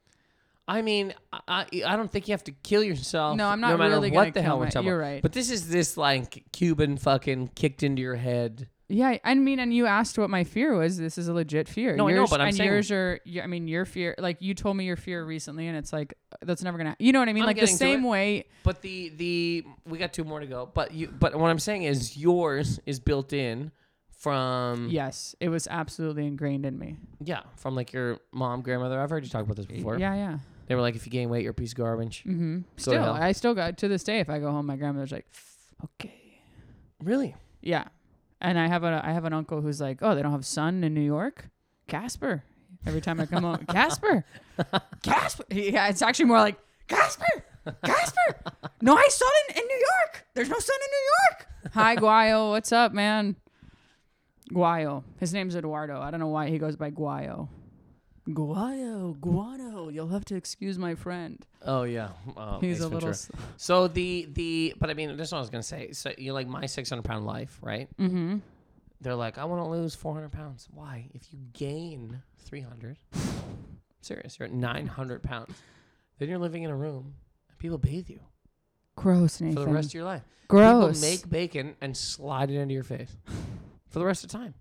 S2: I mean, I I I don't think you have to kill yourself.
S1: No, I'm not
S2: no matter
S1: really gonna
S2: what the
S1: kill
S2: hell we're
S1: my-
S2: talking
S1: you're
S2: about.
S1: right.
S2: But this is this like Cuban fucking kicked into your head.
S1: Yeah, I mean, and you asked what my fear was. This is a legit fear.
S2: No, I
S1: yours,
S2: know, but I'm
S1: and
S2: saying-
S1: yours are. y- I mean, your fear. Like you told me your fear recently, and it's like uh, that's never gonna. You know what I mean?
S2: I'm
S1: like the
S2: getting to
S1: same
S2: it.
S1: way.
S2: But the the we got two more to go. But you but what I'm saying is yours is built in from yeah,
S1: Yes, it was absolutely ingrained in me.
S2: from like your mom grandmother. I've heard you talk about this before.
S1: Yeah, yeah.
S2: They were like, if you gain weight, you're a piece of garbage.
S1: Mm-hmm. Still,
S2: hell.
S1: I still got to this day. If I go home, my grandmother's like, "Okay,
S2: Really?
S1: yeah." And I have a I have an uncle who's like, "Oh, they don't have sun in New York, Casper." Every time I come home, Casper, Casper. Yeah, it's actually more like Casper, Casper. No, I sun in, in New York. There's no sun in New York. Hi, Guayo. What's up, man? Guayo. His name's Eduardo. I don't know why he goes by Guayo. Guayo, Guano. You'll have to excuse my friend.
S2: Oh yeah. Oh,
S1: He's
S2: Ace
S1: a little.
S2: Ventura. So the the but I mean that's what I was gonna say. So you like my 600 pound life, right?
S1: Mm-hmm.
S2: They're like, I want to lose 400 pounds. Why? If you gain 300, serious, you're at 900 pounds. Then you're living in a room and people bathe you
S1: Gross, Nathan.
S2: for the rest of your life.
S1: Gross.
S2: People make bacon and slide it into your face for the rest of the time.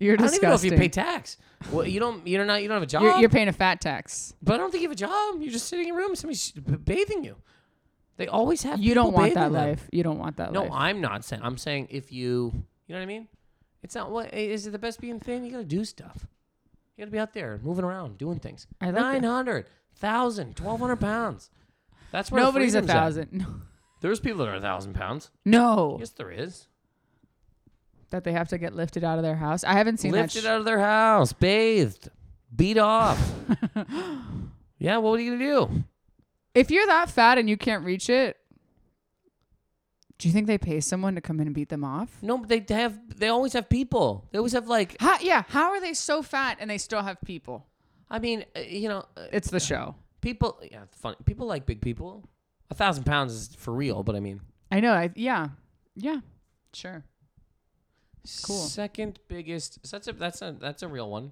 S1: You're
S2: I don't
S1: disgusting.
S2: even know if you pay tax. Well, you don't. You're not. You don't have a job.
S1: You're, you're paying a fat tax.
S2: but I don't think you have a job. You're just sitting in a room. Somebody's b- bathing you. They always have.
S1: You don't
S2: people
S1: want that
S2: bathing them.
S1: life. You don't want that
S2: No,
S1: life.
S2: I'm not saying. I'm saying if you, you know what I mean. It's not what is it the best being thing? You gotta do stuff. You gotta be out there moving around, doing things.
S1: I like that.
S2: Nine hundred, thousand, twelve hundred pounds. That's where
S1: Nobody's a
S2: freedom's at.
S1: thousand. No.
S2: There's people that are a thousand pounds.
S1: No,
S2: Yes, there is.
S1: that they have to get lifted out of their house. I haven't seen
S2: Lifted
S1: that.
S2: out of their house, bathed, beat off. yeah, what are you gonna do?
S1: sh- if you're that fat and you can't reach it, do you think they pay someone to come in and beat them off?
S2: No, but they have. They always have people. They always have like.
S1: How, yeah. How are they so fat and they still have people?
S2: I mean, uh, you know, uh,
S1: It's the show.
S2: people. Yeah, it's funny. People like big people. A thousand pounds is for real, but I mean,
S1: I know. I, yeah. Yeah. Sure. Cool.
S2: Second biggest. So that's a that's a that's a real one.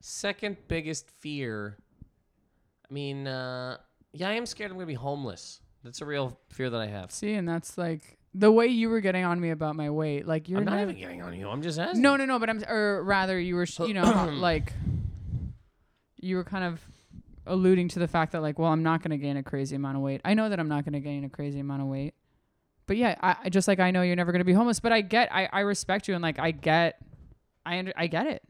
S2: Second biggest fear. I mean, uh, yeah, I am scared I'm gonna be homeless. That's a real fear that I have.
S1: See, and that's like the way you were getting on me about my weight. Like you're
S2: I'm not
S1: never-
S2: even getting on you. I'm just asking.
S1: No, no, no. But I'm, or rather, you were, you know, like, you were kind of alluding to the fact that, like, well, I'm not going to gain a crazy amount of weight. I know that I'm not going to gain a crazy amount of weight. But yeah, I I- just like I know you're never going to be homeless. But I get, I, I respect you, and like, I get, I under, I get it.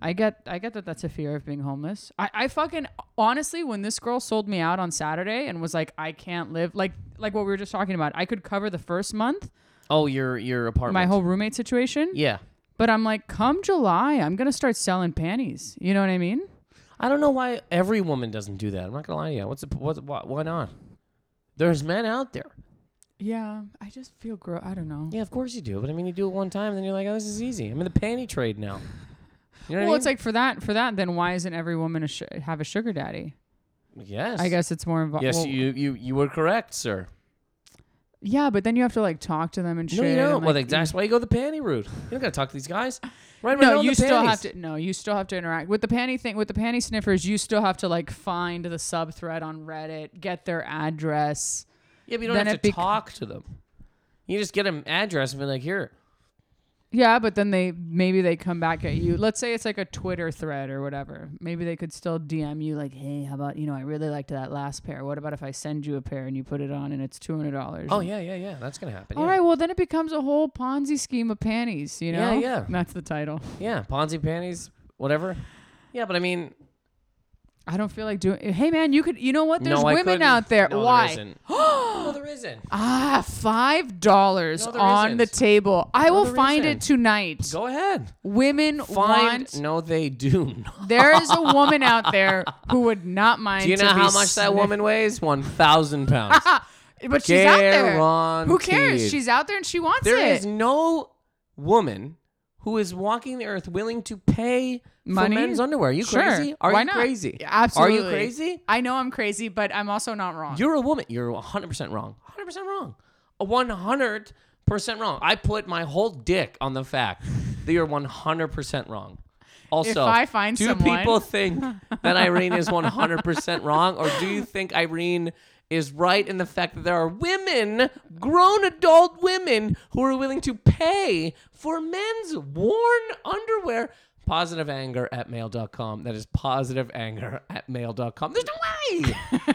S1: I get, I get that that's a fear of being homeless. I, I fucking honestly, when this girl sold me out on Saturday and was like, I can't live, like, like what we were just talking about, I could cover the first month,
S2: Oh, your your apartment.
S1: my whole roommate situation.
S2: Yeah.
S1: But I'm like, come July, I'm gonna start selling panties. You know what I mean?
S2: I don't know why every woman doesn't do that. I'm not gonna lie to you. What's the, what, why why not? There's men out there.
S1: Yeah, I just feel gross. I don't know.
S2: Yeah, of course you do. But I mean, you do it one time, and then you're like, oh, this is easy. I'm in the panty trade now. You know
S1: well,
S2: what I mean?
S1: it's like for that, for that, then why isn't every woman a sh- have a sugar daddy?
S2: yes.
S1: I guess it's more involved.
S2: Yes, you, you you were correct, sir.
S1: Yeah, but then you have to like talk to them and shit.
S2: No, you
S1: and,
S2: don't. well,
S1: like,
S2: like, that's why you go the panty route. You don't gotta talk to these guys. Right?
S1: no, you still have to. No, you still have to interact with the panty thing. With the panty sniffers, you still have to like find the sub thread on Reddit, get their address.
S2: Yeah, but you don't
S1: then
S2: have
S1: it
S2: to
S1: bec-
S2: talk to them. You just get them address and be like, here.
S1: Yeah, but then they maybe they come back at you. Let's say it's like a Twitter thread or whatever. Maybe they could still DM you like, "Hey, how about you know? I really liked that last pair. What about if I send you a pair and you put it on and it's two hundred dollars?
S2: Oh yeah, yeah, yeah. That's gonna happen.
S1: All
S2: yeah.
S1: right. Well, then it becomes a whole Ponzi scheme of panties. You
S2: Yeah,
S1: know?
S2: yeah.
S1: That's the title.
S2: Yeah, Ponzi panties, whatever. Yeah, but I mean,
S1: I don't feel like doing. Hey, man, you could. You know what? There's
S2: no, I
S1: women
S2: couldn't.
S1: out there.
S2: No,
S1: Why?
S2: There isn't. no, there isn't.
S1: Ah, five dollars
S2: No, there
S1: on the
S2: isn't.
S1: table. I
S2: No,
S1: will
S2: there
S1: find
S2: isn't.
S1: it tonight.
S2: Go ahead.
S1: Women
S2: Find.
S1: want.
S2: No, they do not.
S1: There is a woman out there who would not mind.
S2: Do you
S1: to
S2: know
S1: be
S2: how much that
S1: sniff-
S2: woman weighs? One thousand pounds.
S1: But she's out there.
S2: Guaranteed.
S1: Who cares? She's out there and she wants
S2: There
S1: it.
S2: is no woman who is walking the earth willing to pay
S1: Money?
S2: for men's underwear. Are you
S1: Sure.
S2: crazy? Are
S1: Why
S2: you
S1: not?
S2: crazy?
S1: Yeah, absolutely.
S2: Are you crazy?
S1: I know I'm crazy, but I'm also not wrong.
S2: You're a woman. You're 100% wrong. 100% wrong. 100% wrong. I put my whole dick on the fact that you're 100% wrong. Also,
S1: If I find
S2: do
S1: someone-
S2: people think that Irene is 100% wrong, or do you think Irene is right in the fact that there are women, grown adult women, who are willing to pay for men's worn underwear? Positive anger at mail.com. That is positive anger at mail.com. There's no way. There's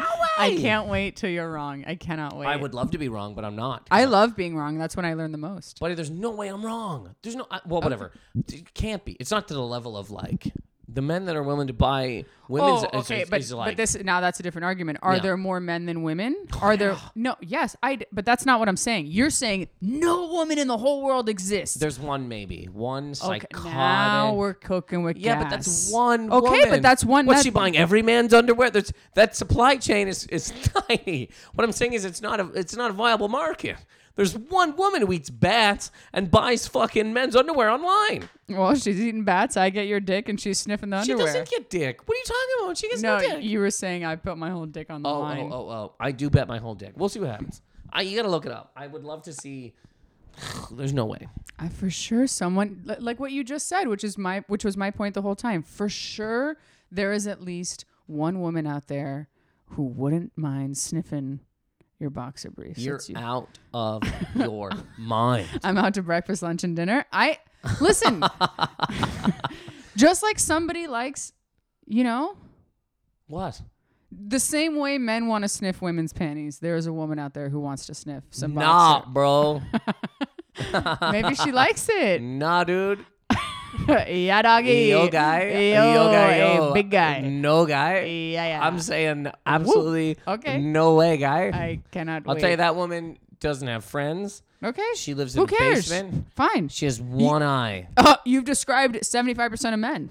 S2: no way.
S1: I can't wait till you're wrong. I cannot wait.
S2: I would love to be wrong, but I'm not.
S1: I love being wrong. That's when I learn the most.
S2: Buddy, there's no way I'm wrong. There's no. I, well, whatever. It can't be. It's not to the level of like the men that are willing to buy women's.
S1: Oh,
S2: is-
S1: okay,
S2: is-
S1: but,
S2: is like,
S1: but this now that's a different argument. Are
S2: Yeah. Oh,
S1: there more men than women? Are there no? Yes, I. d- But that's not what I'm saying. You're saying no woman in the whole world exists.
S2: There's one maybe one
S1: okay,
S2: psychotic.
S1: now we're cooking with
S2: yeah,
S1: gas.
S2: but that's one.
S1: Okay,
S2: woman.
S1: but that's one.
S2: What's
S1: that-
S2: she buying? Every man's underwear. There's that supply chain is is tiny. What I'm saying is it's not a it's not a viable market. There's one woman who eats bats and buys fucking men's underwear online.
S1: Well, she's eating bats. I get your dick, and she's sniffing the
S2: She
S1: underwear.
S2: doesn't get dick. What are you talking about? She gets
S1: no,
S2: no dick.
S1: you were saying I put my whole dick on the
S2: Oh,
S1: line.
S2: oh, oh, oh. I do bet my whole dick. We'll see what happens. I, you gotta look it up. I would love to see. There's no way.
S1: I for sure someone li- like what you just said, which is my which was my point the whole time. For sure, there is at least one woman out there who wouldn't mind sniffing your boxer briefs.
S2: You're
S1: It's you.
S2: out of your mind.
S1: I'm out to breakfast, lunch, and dinner. I listen. just like somebody likes, you know,
S2: What?
S1: the same way men want to sniff women's panties. There is a woman out there who wants to sniff some
S2: Nah,
S1: boxer.
S2: bro.
S1: Maybe she likes it.
S2: nah, dude.
S1: yeah, doggy.
S2: Mm. Yo, guy.
S1: Yo,
S2: guy.
S1: hey,
S2: yo.
S1: big guy.
S2: No, guy.
S1: Yeah, yeah.
S2: I'm saying absolutely.
S1: Okay.
S2: No way, guy.
S1: I cannot.
S2: I'll
S1: wait.
S2: tell you that woman doesn't have friends.
S1: Okay.
S2: She lives in
S1: Who
S2: a
S1: cares?
S2: basement.
S1: Fine.
S2: She has one eye.
S1: Uh, you've described 75% of men.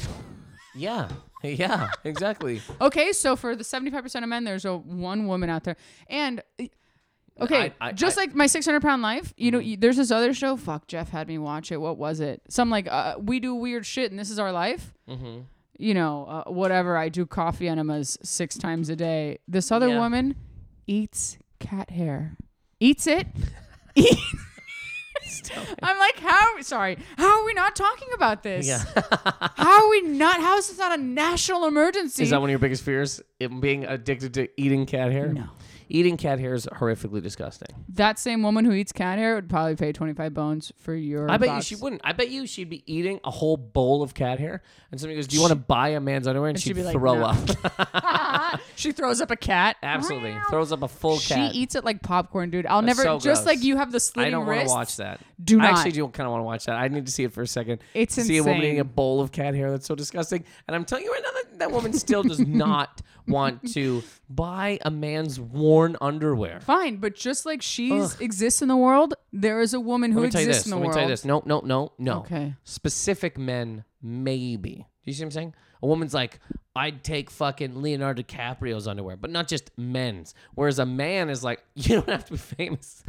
S2: Yeah. Yeah. Exactly.
S1: Okay, so for the 75% of men, there's a one woman out there. And uh, okay,
S2: I- Mm-hmm. I-
S1: just
S2: I-
S1: like my 600 pound life, you know, you, there's this other show. Fuck, Jeff had me watch it. What was it? Some like, uh, we do weird shit and this is our life.
S2: Mm-hmm.
S1: You know, uh, whatever. I do coffee enemas six times a day. This other
S2: Yeah.
S1: woman eats cat hair, eats it. Eat- I'm like, how? Sorry, how are we not talking about this?
S2: Yeah.
S1: How are we not? How is this not a national emergency?
S2: Is that one of your biggest fears? It, being addicted to eating cat hair?
S1: No.
S2: Eating cat hair is horrifically disgusting.
S1: That same woman who eats cat hair would probably pay 25 bones for your.
S2: I bet
S1: box.
S2: you she wouldn't. I bet you she'd be eating a whole bowl of cat hair, and somebody goes, "Do you want to buy a man's underwear?" And,
S1: she'd
S2: she'd,
S1: be like,
S2: throw
S1: "No."
S2: up.
S1: she throws up a cat.
S2: Absolutely, throws up a full
S1: She
S2: cat.
S1: eats it like popcorn, dude. I'll never.
S2: so
S1: just
S2: gross.
S1: like you have the
S2: I
S1: slitting
S2: don't want
S1: wrists.
S2: to watch that.
S1: Do
S2: I actually
S1: not.
S2: do kind of want to watch that. I need to see it for a second.
S1: It's
S2: see a woman eating
S1: insane.
S2: a bowl of cat hair. That's so disgusting. And I'm telling you right now that that woman still does not want to buy a man's worn underwear.
S1: Fine, but just like she's exists in the world, there is a woman who
S2: Let me tell you
S1: exists
S2: this.
S1: in the
S2: Let me
S1: world.
S2: tell you this. No, no, no, no.
S1: Okay.
S2: Specific men, maybe. Do you see what I'm saying? A woman's like, I'd take fucking Leonardo DiCaprio's underwear, but not just men's. Whereas a man is like, you don't have to be famous.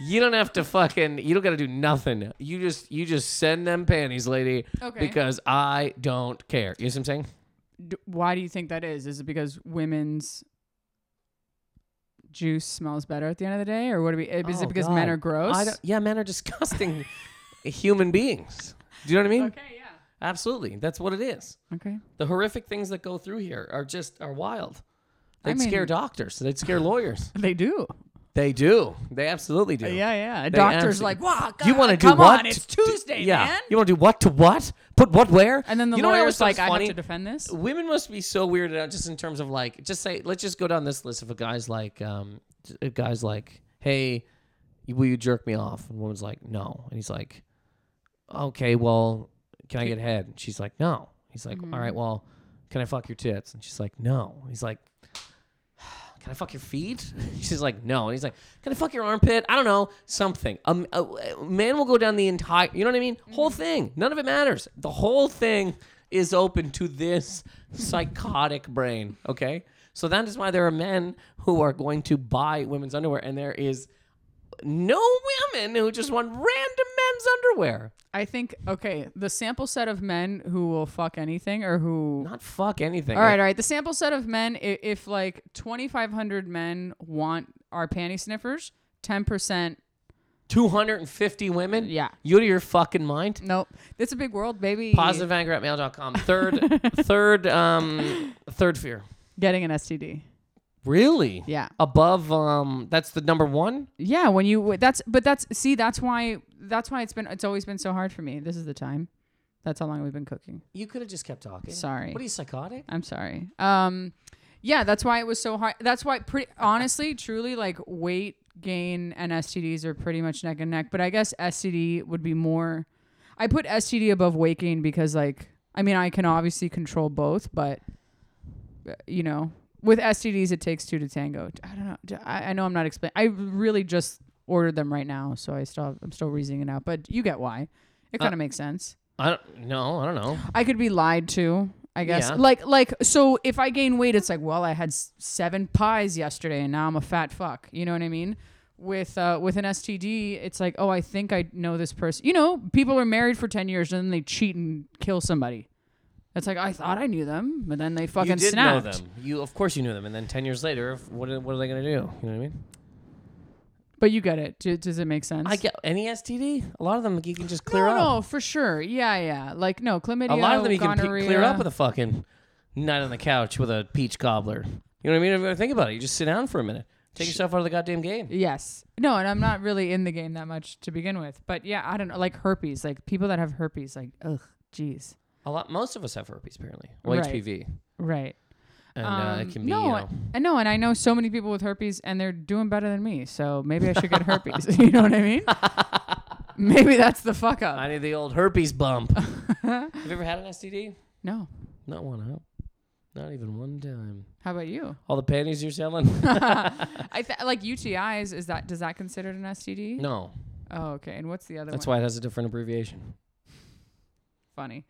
S2: you don't have to fucking. You don't got to do nothing. You just, you just send them panties, lady.
S1: Okay.
S2: Because I don't care. You see what I'm saying?
S1: D- Why do you think that is? Is it because women's juice smells better at the end of the day, or what do we? Is
S2: Oh,
S1: it because men
S2: God.
S1: are gross?
S2: I don't- yeah, men are disgusting human beings. Do you know what I mean?
S1: okay, yeah.
S2: Absolutely. That's what it is.
S1: Okay.
S2: The horrific things that go through here are just are wild.
S1: I
S2: They'd scare
S1: mean-
S2: doctors. They'd scare lawyers.
S1: They do.
S2: They do. They absolutely do.
S1: Yeah, yeah. A
S2: They
S1: doctor's
S2: absolutely-
S1: like, wow,
S2: you want to do
S1: come
S2: what?
S1: on, it's
S2: to- to-
S1: Tuesday,
S2: yeah.
S1: man.
S2: You want to do what to what? Put what where?
S1: And then the
S2: you know what I
S1: lawyer's
S2: always thought
S1: like,
S2: was
S1: I have
S2: funny?
S1: to defend this.
S2: Women must be so weirded out, just in terms of like, just say, let's just go down this list of a guy's like, um, a guy's like, hey, will you jerk me off? And the woman's like, no, and he's like, okay, well, can I get head? And she's like, no. He's like, "All right, well, can I fuck your tits? And she's like, no. He's like, can I fuck your feet? She's like, no. And he's like, can I fuck your armpit? I don't know, something. Um, a, a man will go down the entire, you know what I mean?
S1: Mm-hmm.
S2: Whole thing. None of it matters. The whole thing is open to this psychotic brain. Okay, so that is why there are men who are going to buy women's underwear, and there is no women who just want random men's underwear.
S1: I think okay, the sample set of men who will fuck anything or who
S2: Not fuck anything.
S1: All right, all right. The sample set of men, i- if like 2,500 men want our panty sniffers, 10%.
S2: Two hundred and fifty women.
S1: Yeah.
S2: you out of your fucking mind.
S1: Nope. It's a big world, baby.
S2: Positive anger at mail.com. Third, third, um, third fear.
S1: Getting an STD.
S2: Really?
S1: Yeah.
S2: Above, um, that's the number one.
S1: Yeah. When you, that's, but that's, see, that's why, that's why it's been, it's always been so hard for me. This is the time. That's how long we've been cooking.
S2: You could have just kept talking.
S1: Sorry.
S2: What are you psychotic?
S1: I'm sorry. Um, yeah, that's why it was so hard. That's why, pretty honestly, truly, like weight gain and STDs are pretty much neck and neck. But I guess STD would be more. I put STD above weight gain because, like, I mean, I can obviously control both, but uh, you know, with STDs, it takes two to tango. I don't know. D- I, I know I'm not explaining. I really just ordered them right now, so I still I'm still reasoning it out. But you get why. It kind of makes sense.
S2: I don't. No, I don't know.
S1: I could be lied to, I guess.
S2: Yeah.
S1: Like like so if I gain weight it's like, well, I had s- 7 pies yesterday and now I'm a fat fuck. You know what I mean? With uh with an STD, it's like, oh, I think I know this person. You know, people are married for 10 years and then they cheat and kill somebody. It's like I thought I knew them, but then they fucking
S2: you did
S1: snapped.
S2: know them. You, of course, you knew them. And then ten years later, if- what are, what are they gonna do? You know what I mean?
S1: But you get it. Do- does it make sense?
S2: I get any STD. A lot of them you can just clear
S1: no,
S2: up.
S1: no, for sure. Yeah, yeah. Like no, chlamydia.
S2: a lot of them you can
S1: gonorrhea.
S2: pe- clear up with a fucking night on the couch with a peach cobbler. You know what I mean? If you think about it, you just sit down for a minute, take yourself out of the goddamn game.
S1: Yes. No, and I'm not really in the game that much to begin with. But yeah, I don't know. Like herpes, like people that have herpes, like, ugh, jeez.
S2: A lot. Most of us have herpes, apparently. Well,
S1: Right.
S2: HPV,
S1: Right.
S2: and uh,
S1: Um,
S2: it can be.
S1: no,
S2: you know,
S1: I know, and I know so many people with herpes, and they're doing better than me. So maybe I should get herpes. you know what I mean? maybe that's the fuck up.
S2: I need the old herpes bump. have you ever had an STD?
S1: no.
S2: Not one out. Not even one time.
S1: How about you?
S2: All the panties you're selling?
S1: I th- like UTIs. Is that does that considered an STD?
S2: no.
S1: Oh, okay. And what's the other
S2: That's
S1: one?
S2: why it has a different abbreviation.
S1: Funny.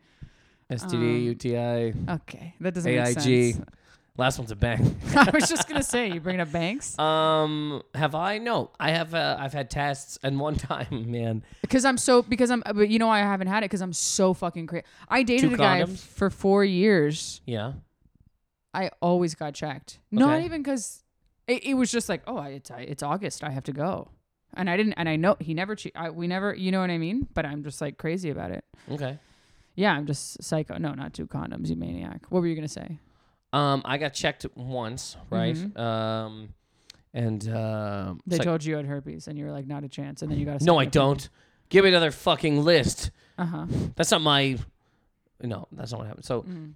S2: STD,
S1: Um,
S2: UTI,
S1: Okay, that doesn't make
S2: AIG.
S1: sense.
S2: Last one's a bang.
S1: I was just gonna say you bringing up banks
S2: Um, have I? No, I have. Uh, I've had tests, and one time, man,
S1: because I'm so because I'm but you know why I haven't had it because I'm so fucking crazy. I dated
S2: Two
S1: a guy
S2: condoms?
S1: for four years.
S2: yeah,
S1: I always got checked. Not
S2: Okay.
S1: even because it, it was just like, oh, I, it's I, it's August, I have to go, and I didn't, and I know he never che- I, we never, you know what I mean. But I'm just like crazy about it.
S2: okay.
S1: Yeah, I'm just psycho. No, not two condoms, you maniac. What were you gonna say?
S2: Um, I got checked once, right?
S1: Mhm.
S2: Um, and uh,
S1: They
S2: it's like,
S1: told you you had herpes, and you were like, not a chance. And then you got a
S2: no, I don't. Give me another fucking list.
S1: Uh huh.
S2: That's not my. No, that's not what happened. So
S1: Mm.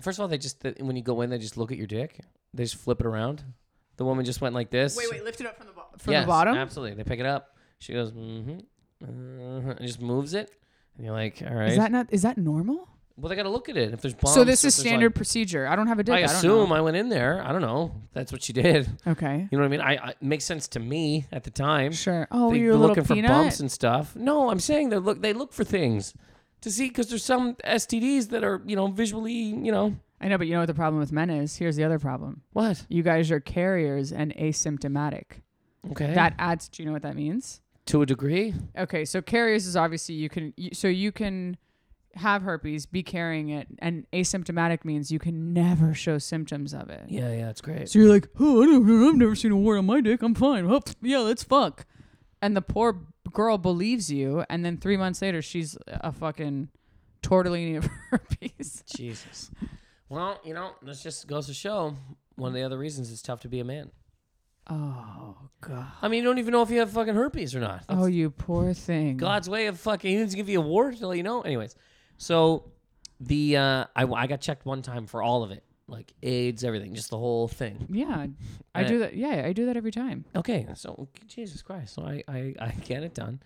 S2: first of all, they just th- when you go in, they just look at your dick. They just flip it around. The woman just went like this.
S1: lift it up from the bottom. From
S2: Yes,
S1: the bottom.
S2: Absolutely. They pick it up. She goes, mm-hmm. Uh, and just moves it. And you're like, all right.
S1: Is that not? Is that normal?
S2: well, they got to look at it. If there's bombs.
S1: so this
S2: if
S1: is
S2: there's,
S1: standard procedure. I don't have a dick.
S2: Like, I
S1: don't
S2: assume
S1: know.
S2: I went in there. I don't know. That's what she did.
S1: okay.
S2: You know what I mean? I, I it makes sense to me at the time.
S1: Sure. Oh,
S2: they,
S1: you're
S2: are
S1: a little
S2: looking
S1: peanut.
S2: for bumps and stuff. No, I'm saying they look. They look for things to see because there's some STDs that are you know visually you know
S1: I know, but you know what the problem with men is? Here's the other problem.
S2: what
S1: You guys are carriers and asymptomatic.
S2: okay
S1: That adds. Do you know what that means?
S2: to a degree.
S1: Okay, so carriers is obviously you can. You, so you can have herpes, be carrying it, and asymptomatic means you can never show symptoms of it.
S2: Yeah, yeah, it's great.
S1: So you're like, oh, I don't, I've never seen a wart on my dick. I'm fine. Oh, pff, yeah, let's fuck. And the poor girl believes you, and then three months later, she's a fucking tortellini of herpes.
S2: Jesus. Well, you know, this just goes to show one of the other reasons it's tough to be a man.
S1: Oh god.
S2: I mean, you don't even know if you have fucking herpes or not. That's
S1: Oh, you poor thing.
S2: God's way of fucking. He didn't give you a wart to let you know. Anyways, so the uh, I I got checked one time for all of it, like AIDS, everything, just the whole thing.
S1: Yeah, I
S2: Uh,
S1: do that. Yeah, I do that every time.
S2: Okay, so Jesus Christ, so I I, I get it done,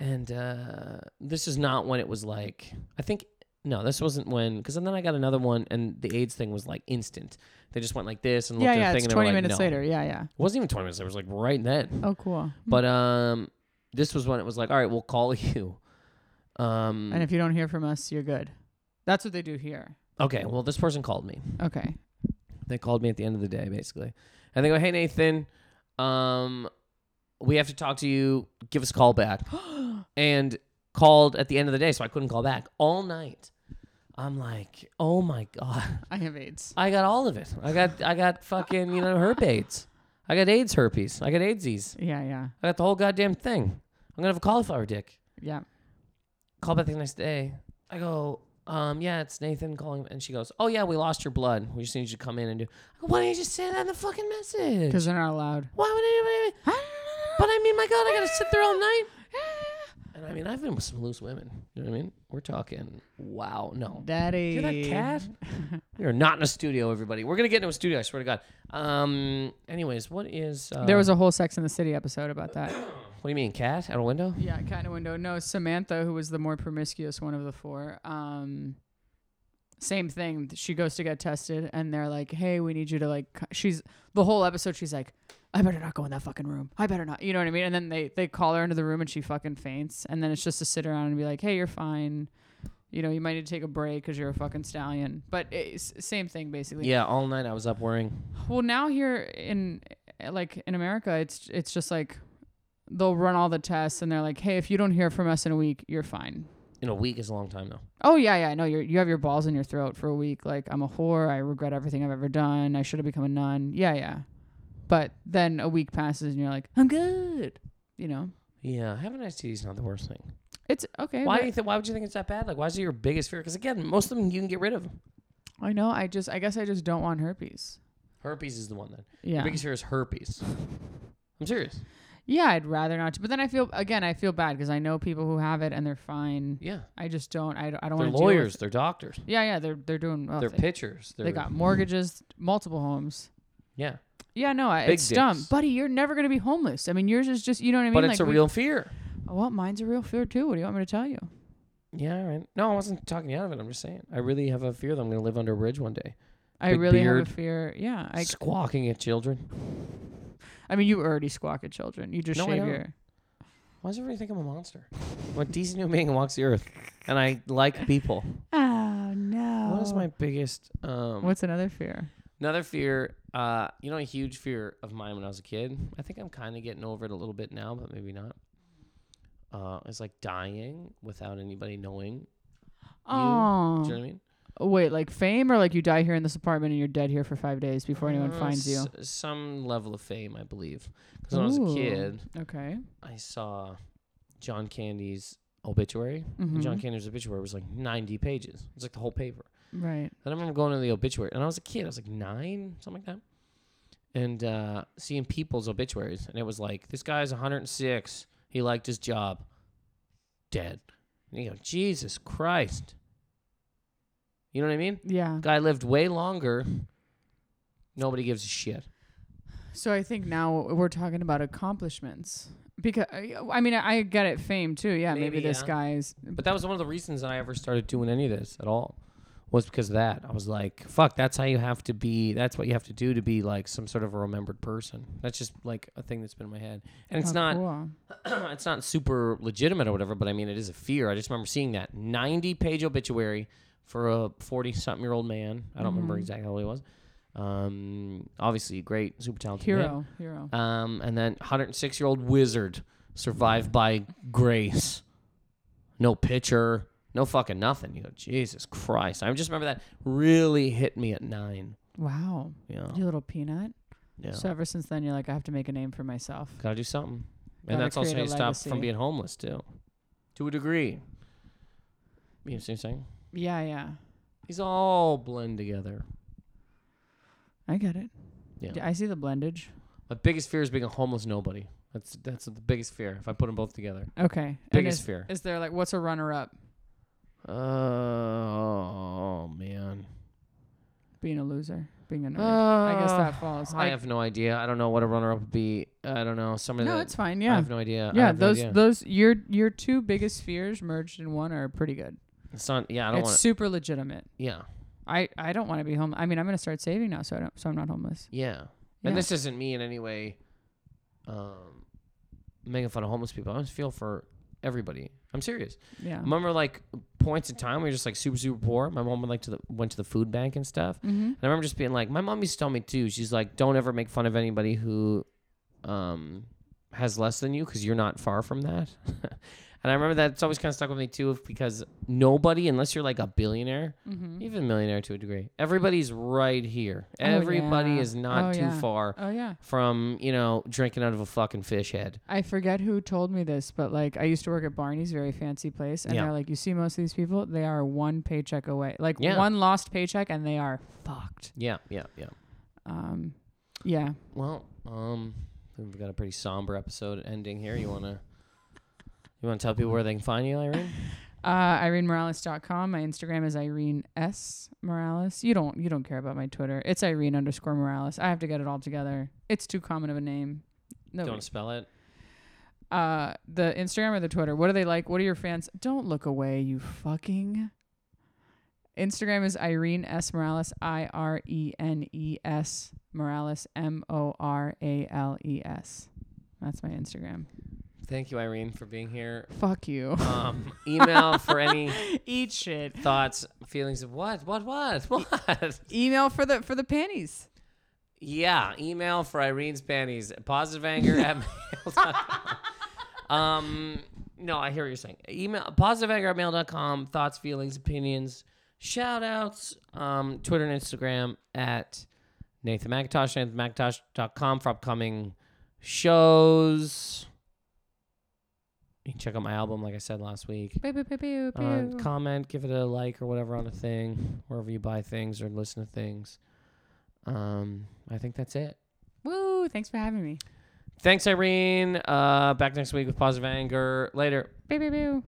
S2: and uh, this is not when it was like I think no, this wasn't when because then I got another one, and the AIDS thing was like instant. They just went like this and looked
S1: Yeah,
S2: at
S1: yeah.
S2: the
S1: It's
S2: thing and they were
S1: twenty
S2: like,
S1: minutes
S2: no.
S1: later. Yeah, yeah.
S2: It wasn't even twenty minutes. It was like right then.
S1: Oh, cool.
S2: But um, this was when it was like, all right, we'll call you. Um,
S1: And if you don't hear from us, you're good. That's what they do here.
S2: okay, well, this person called me.
S1: Okay.
S2: They called me at the end of the day, basically, and they go, hey Nathan, um, we have to talk to you. Give us a call back. and called at the end of the day, so I couldn't call back all night. I'm like, oh my god,
S1: I have AIDS.
S2: I got all of it. I got, I got fucking, you know, herp AIDS. I got AIDS herpes. I got AIDSies.
S1: Yeah, yeah,
S2: I got the whole goddamn thing. I'm gonna have a cauliflower dick.
S1: yeah.
S2: call back the next day. I go, um, yeah, it's Nathan calling. And she goes, oh, yeah, we lost your blood. We just need you to come in and do. I go, Why didn't you just say that in the fucking message?
S1: Because they're not allowed.
S2: Why would anybody? But I mean, my God, I got to sit there all night. And I mean, I've been with some loose women. You know what I mean? We're talking, wow, no.
S1: Daddy.
S2: Hear that cat? We are not in a studio, everybody. We're going to get into a studio, I swear to God. Um, anyways, what is. Uh,
S1: There was a whole Sex in the City episode about that.
S2: What do you mean, cat out a window?
S1: yeah, cat in a window. No, Samantha, who was the more promiscuous one of the four. Um, same thing. She goes to get tested, and they're like, "Hey, we need you to like." c- She's the whole episode. She's like, "I better not go in that fucking room. I better not." You know what I mean? And then they they call her into the room, and she fucking faints. And then it's just to sit around and be like, "Hey, you're fine." You know, you might need to take a break because you're a fucking stallion. But it's same thing basically.
S2: Yeah, all night I was up wearing.
S1: Well, now here in like in America, it's it's just like they'll run all the tests and they're like, "Hey, if you don't hear from us in a week, you're fine."
S2: You know, week is a long time, though.
S1: Oh yeah, yeah, no, you you have your balls in your throat for a week. Like I'm a whore. I regret everything I've ever done. I should have become a nun. Yeah, yeah. But then a week passes and you're like, "I'm good." You know,
S2: Yeah, having STD is not the worst thing.
S1: it's okay.
S2: Why
S1: but-
S2: do you think? Why would you think it's that bad? Like, why is it your biggest fear? Because again, most of them you can get rid of.
S1: I know. I just I guess I just don't want herpes.
S2: Herpes is the one then.
S1: Yeah.
S2: Your biggest fear is herpes. I'm serious.
S1: yeah, I'd rather not. But then I feel again, I feel bad because I know people who have it and they're fine.
S2: Yeah,
S1: I just don't. I, don't- I don't
S2: they're
S1: want to
S2: lawyers, they're doctors,
S1: Yeah, yeah, they're they're doing well.
S2: they're
S1: They-
S2: pitchers. They're,
S1: they got mortgages, multiple homes.
S2: yeah,
S1: Yeah, no, I,
S2: Big
S1: it's dumb,
S2: dicks. buddy,
S1: buddy. You're never gonna be homeless. I mean, yours is just you know what I mean.
S2: but
S1: like
S2: it's a
S1: we-
S2: real fear.
S1: Well, mine's a real fear too. What do you want me to tell you?
S2: Yeah, all right. No, I wasn't talking you out of it. I'm just saying, I really have a fear that I'm going to live under a bridge one day,
S1: I
S2: Big
S1: really
S2: beard.
S1: have a fear. Yeah, I.
S2: squawking at children.
S1: I mean, you already squawk at children. You just
S2: No, I
S1: shave
S2: don't.
S1: your.
S2: Why does everybody think I'm a monster? I'm a decent human being who walks the earth, and I like people.
S1: Oh no.
S2: What is my biggest? Um,
S1: What's another fear?
S2: Another fear, uh, you know, a huge fear of mine when I was a kid. I think I'm kind of getting over it a little bit now, but maybe not. Uh, it's like dying without anybody knowing.
S1: Oh.
S2: Do you know what I mean?
S1: Wait, like fame or like you die here in this apartment and you're dead here for five days before anyone
S2: Uh,
S1: finds you?
S2: s- some level of fame, I believe. Because when I was a
S1: Ooh.
S2: kid,
S1: Okay.
S2: I saw John Candy's obituary. And
S1: Mm-hmm.
S2: John Candy's obituary was like 90 pages. It's like the whole paper.
S1: Right.
S2: And I remember going to the obituary, and I was a kid. I was like nine, something like that. And uh, seeing people's obituaries, and it was like, this guy's 106. He liked his job. Dead. And you go, Jesus Christ. You know what I mean?
S1: Yeah.
S2: Guy lived way longer. Nobody gives a shit.
S1: So I think now we're talking about accomplishments because I mean I get it fame too. Yeah, maybe,
S2: Maybe,
S1: this
S2: yeah.
S1: guy's
S2: But that was one of the reasons I ever started doing any of this at all was because of that. I was like, fuck, that's how you have to be. That's what you have to do to be like some sort of a remembered person. That's just like a thing that's been in my head. And it's
S1: Oh,
S2: not
S1: cool.
S2: it's not super legitimate or whatever, but I mean, it is a fear. I just remember seeing that 90 page obituary for a 40 something year old man. I don't remember
S1: Mm-hmm.
S2: exactly how old he was. Um, obviously, great, super talented man.
S1: hero, hero.
S2: Um, and then 106 year old wizard survived by grace. No pitcher, No fucking nothing. You go, Jesus Christ. I just remember that really hit me at nine.
S1: Wow.
S2: Yeah.
S1: You little peanut.
S2: Oh. Yeah.
S1: So ever since then, you're like, I have to make a name for myself.
S2: Gotta do something.
S1: Gotta
S2: And that's also how
S1: create
S2: you
S1: a
S2: stop from
S1: legacy.
S2: being homeless too. To a degree. You see what I'm saying?
S1: Yeah, yeah.
S2: These all blend together.
S1: I get it.
S2: Yeah.
S1: D- I see the blendage.
S2: My biggest fear is being a homeless nobody. That's that's the biggest fear. If I put them both together,
S1: Okay. And
S2: biggest
S1: is,
S2: fear.
S1: is there like what's a runner up?
S2: Uh, oh man.
S1: Being a loser. Being a nerd. I guess
S2: Uh,
S1: that falls.
S2: I have no idea. I don't know what a runner-up would be. I don't know. Somebody
S1: no,
S2: that
S1: it's fine.
S2: I
S1: Yeah.
S2: have no idea. I
S1: Yeah,
S2: have no
S1: those
S2: idea.
S1: those your your two biggest fears merged in one are pretty good.
S2: It's not. Yeah, I don't
S1: It's
S2: want.
S1: super legitimate.
S2: Yeah,
S1: I I don't want to be home. I mean, I'm gonna start saving now, so I don't so I'm not homeless.
S2: yeah.
S1: Yeah.
S2: And this isn't me in any way. Um, making fun of homeless people. I just feel for everybody. I'm serious.
S1: Yeah.
S2: remember like points in time we were just like super super poor. My mom would like to the, went to the food bank and stuff.
S1: Mm-hmm.
S2: And I remember just being like, my mom used to tell me too. She's like, don't ever make fun of anybody who um, has less than you because you're not far from that. and I remember that's always kind of stuck with me too, because nobody, unless you're like a billionaire,
S1: Mm-hmm.
S2: even a millionaire to a degree, everybody's right here. Everybody
S1: Oh, yeah.
S2: is not
S1: Oh,
S2: too
S1: yeah.
S2: far
S1: Oh yeah.
S2: from you know drinking out of a fucking fish head.
S1: I forget who told me this, but like I used to work at Barney's, very fancy place, and
S2: Yeah.
S1: they're like, you see most of these people, they are one paycheck away, like
S2: Yeah.
S1: one lost paycheck, and they are fucked.
S2: Yeah, yeah, yeah.
S1: Um, yeah.
S2: Well, um, we've got a pretty somber episode ending here. You wanna you wanna tell people where they can find you, Irene?
S1: Uh, IreneMorales.com. My Instagram is Irene S Morales. You don't you don't care about my Twitter. It's Irene underscore Morales. I have to get it all together. It's too common of a name.
S2: Don't
S1: No.
S2: spell it.
S1: Uh, the Instagram or the Twitter. What are they like? What are your fans? Don't look away, you fucking. Instagram is Irene S Morales. I R E N E S Morales. M O R A L E S. That's my Instagram.
S2: Thank you, Irene, for being here.
S1: Fuck you.
S2: Um, email for any
S1: Eat shit.
S2: thoughts, feelings of what, what, what, what.
S1: Email for the for the panties.
S2: yeah, email for Irene's panties. Positive anger at mail.com. Um, no, I hear what you're saying. Email positive anger at mail.com. Thoughts, feelings, opinions, shout outs. Um, Twitter and Instagram at Nathan McIntosh, NathanMcIntosh.com for upcoming shows. You can check out my album, like I said last week.
S1: Pew, pew, pew, pew,
S2: uh,
S1: pew.
S2: comment, give it a like or whatever on a thing, wherever you buy things or listen to things. Um, I think that's it.
S1: Woo! Thanks for having me.
S2: Thanks, Irene. Uh, back next week with positive anger. Later.
S1: Pew, pew, pew.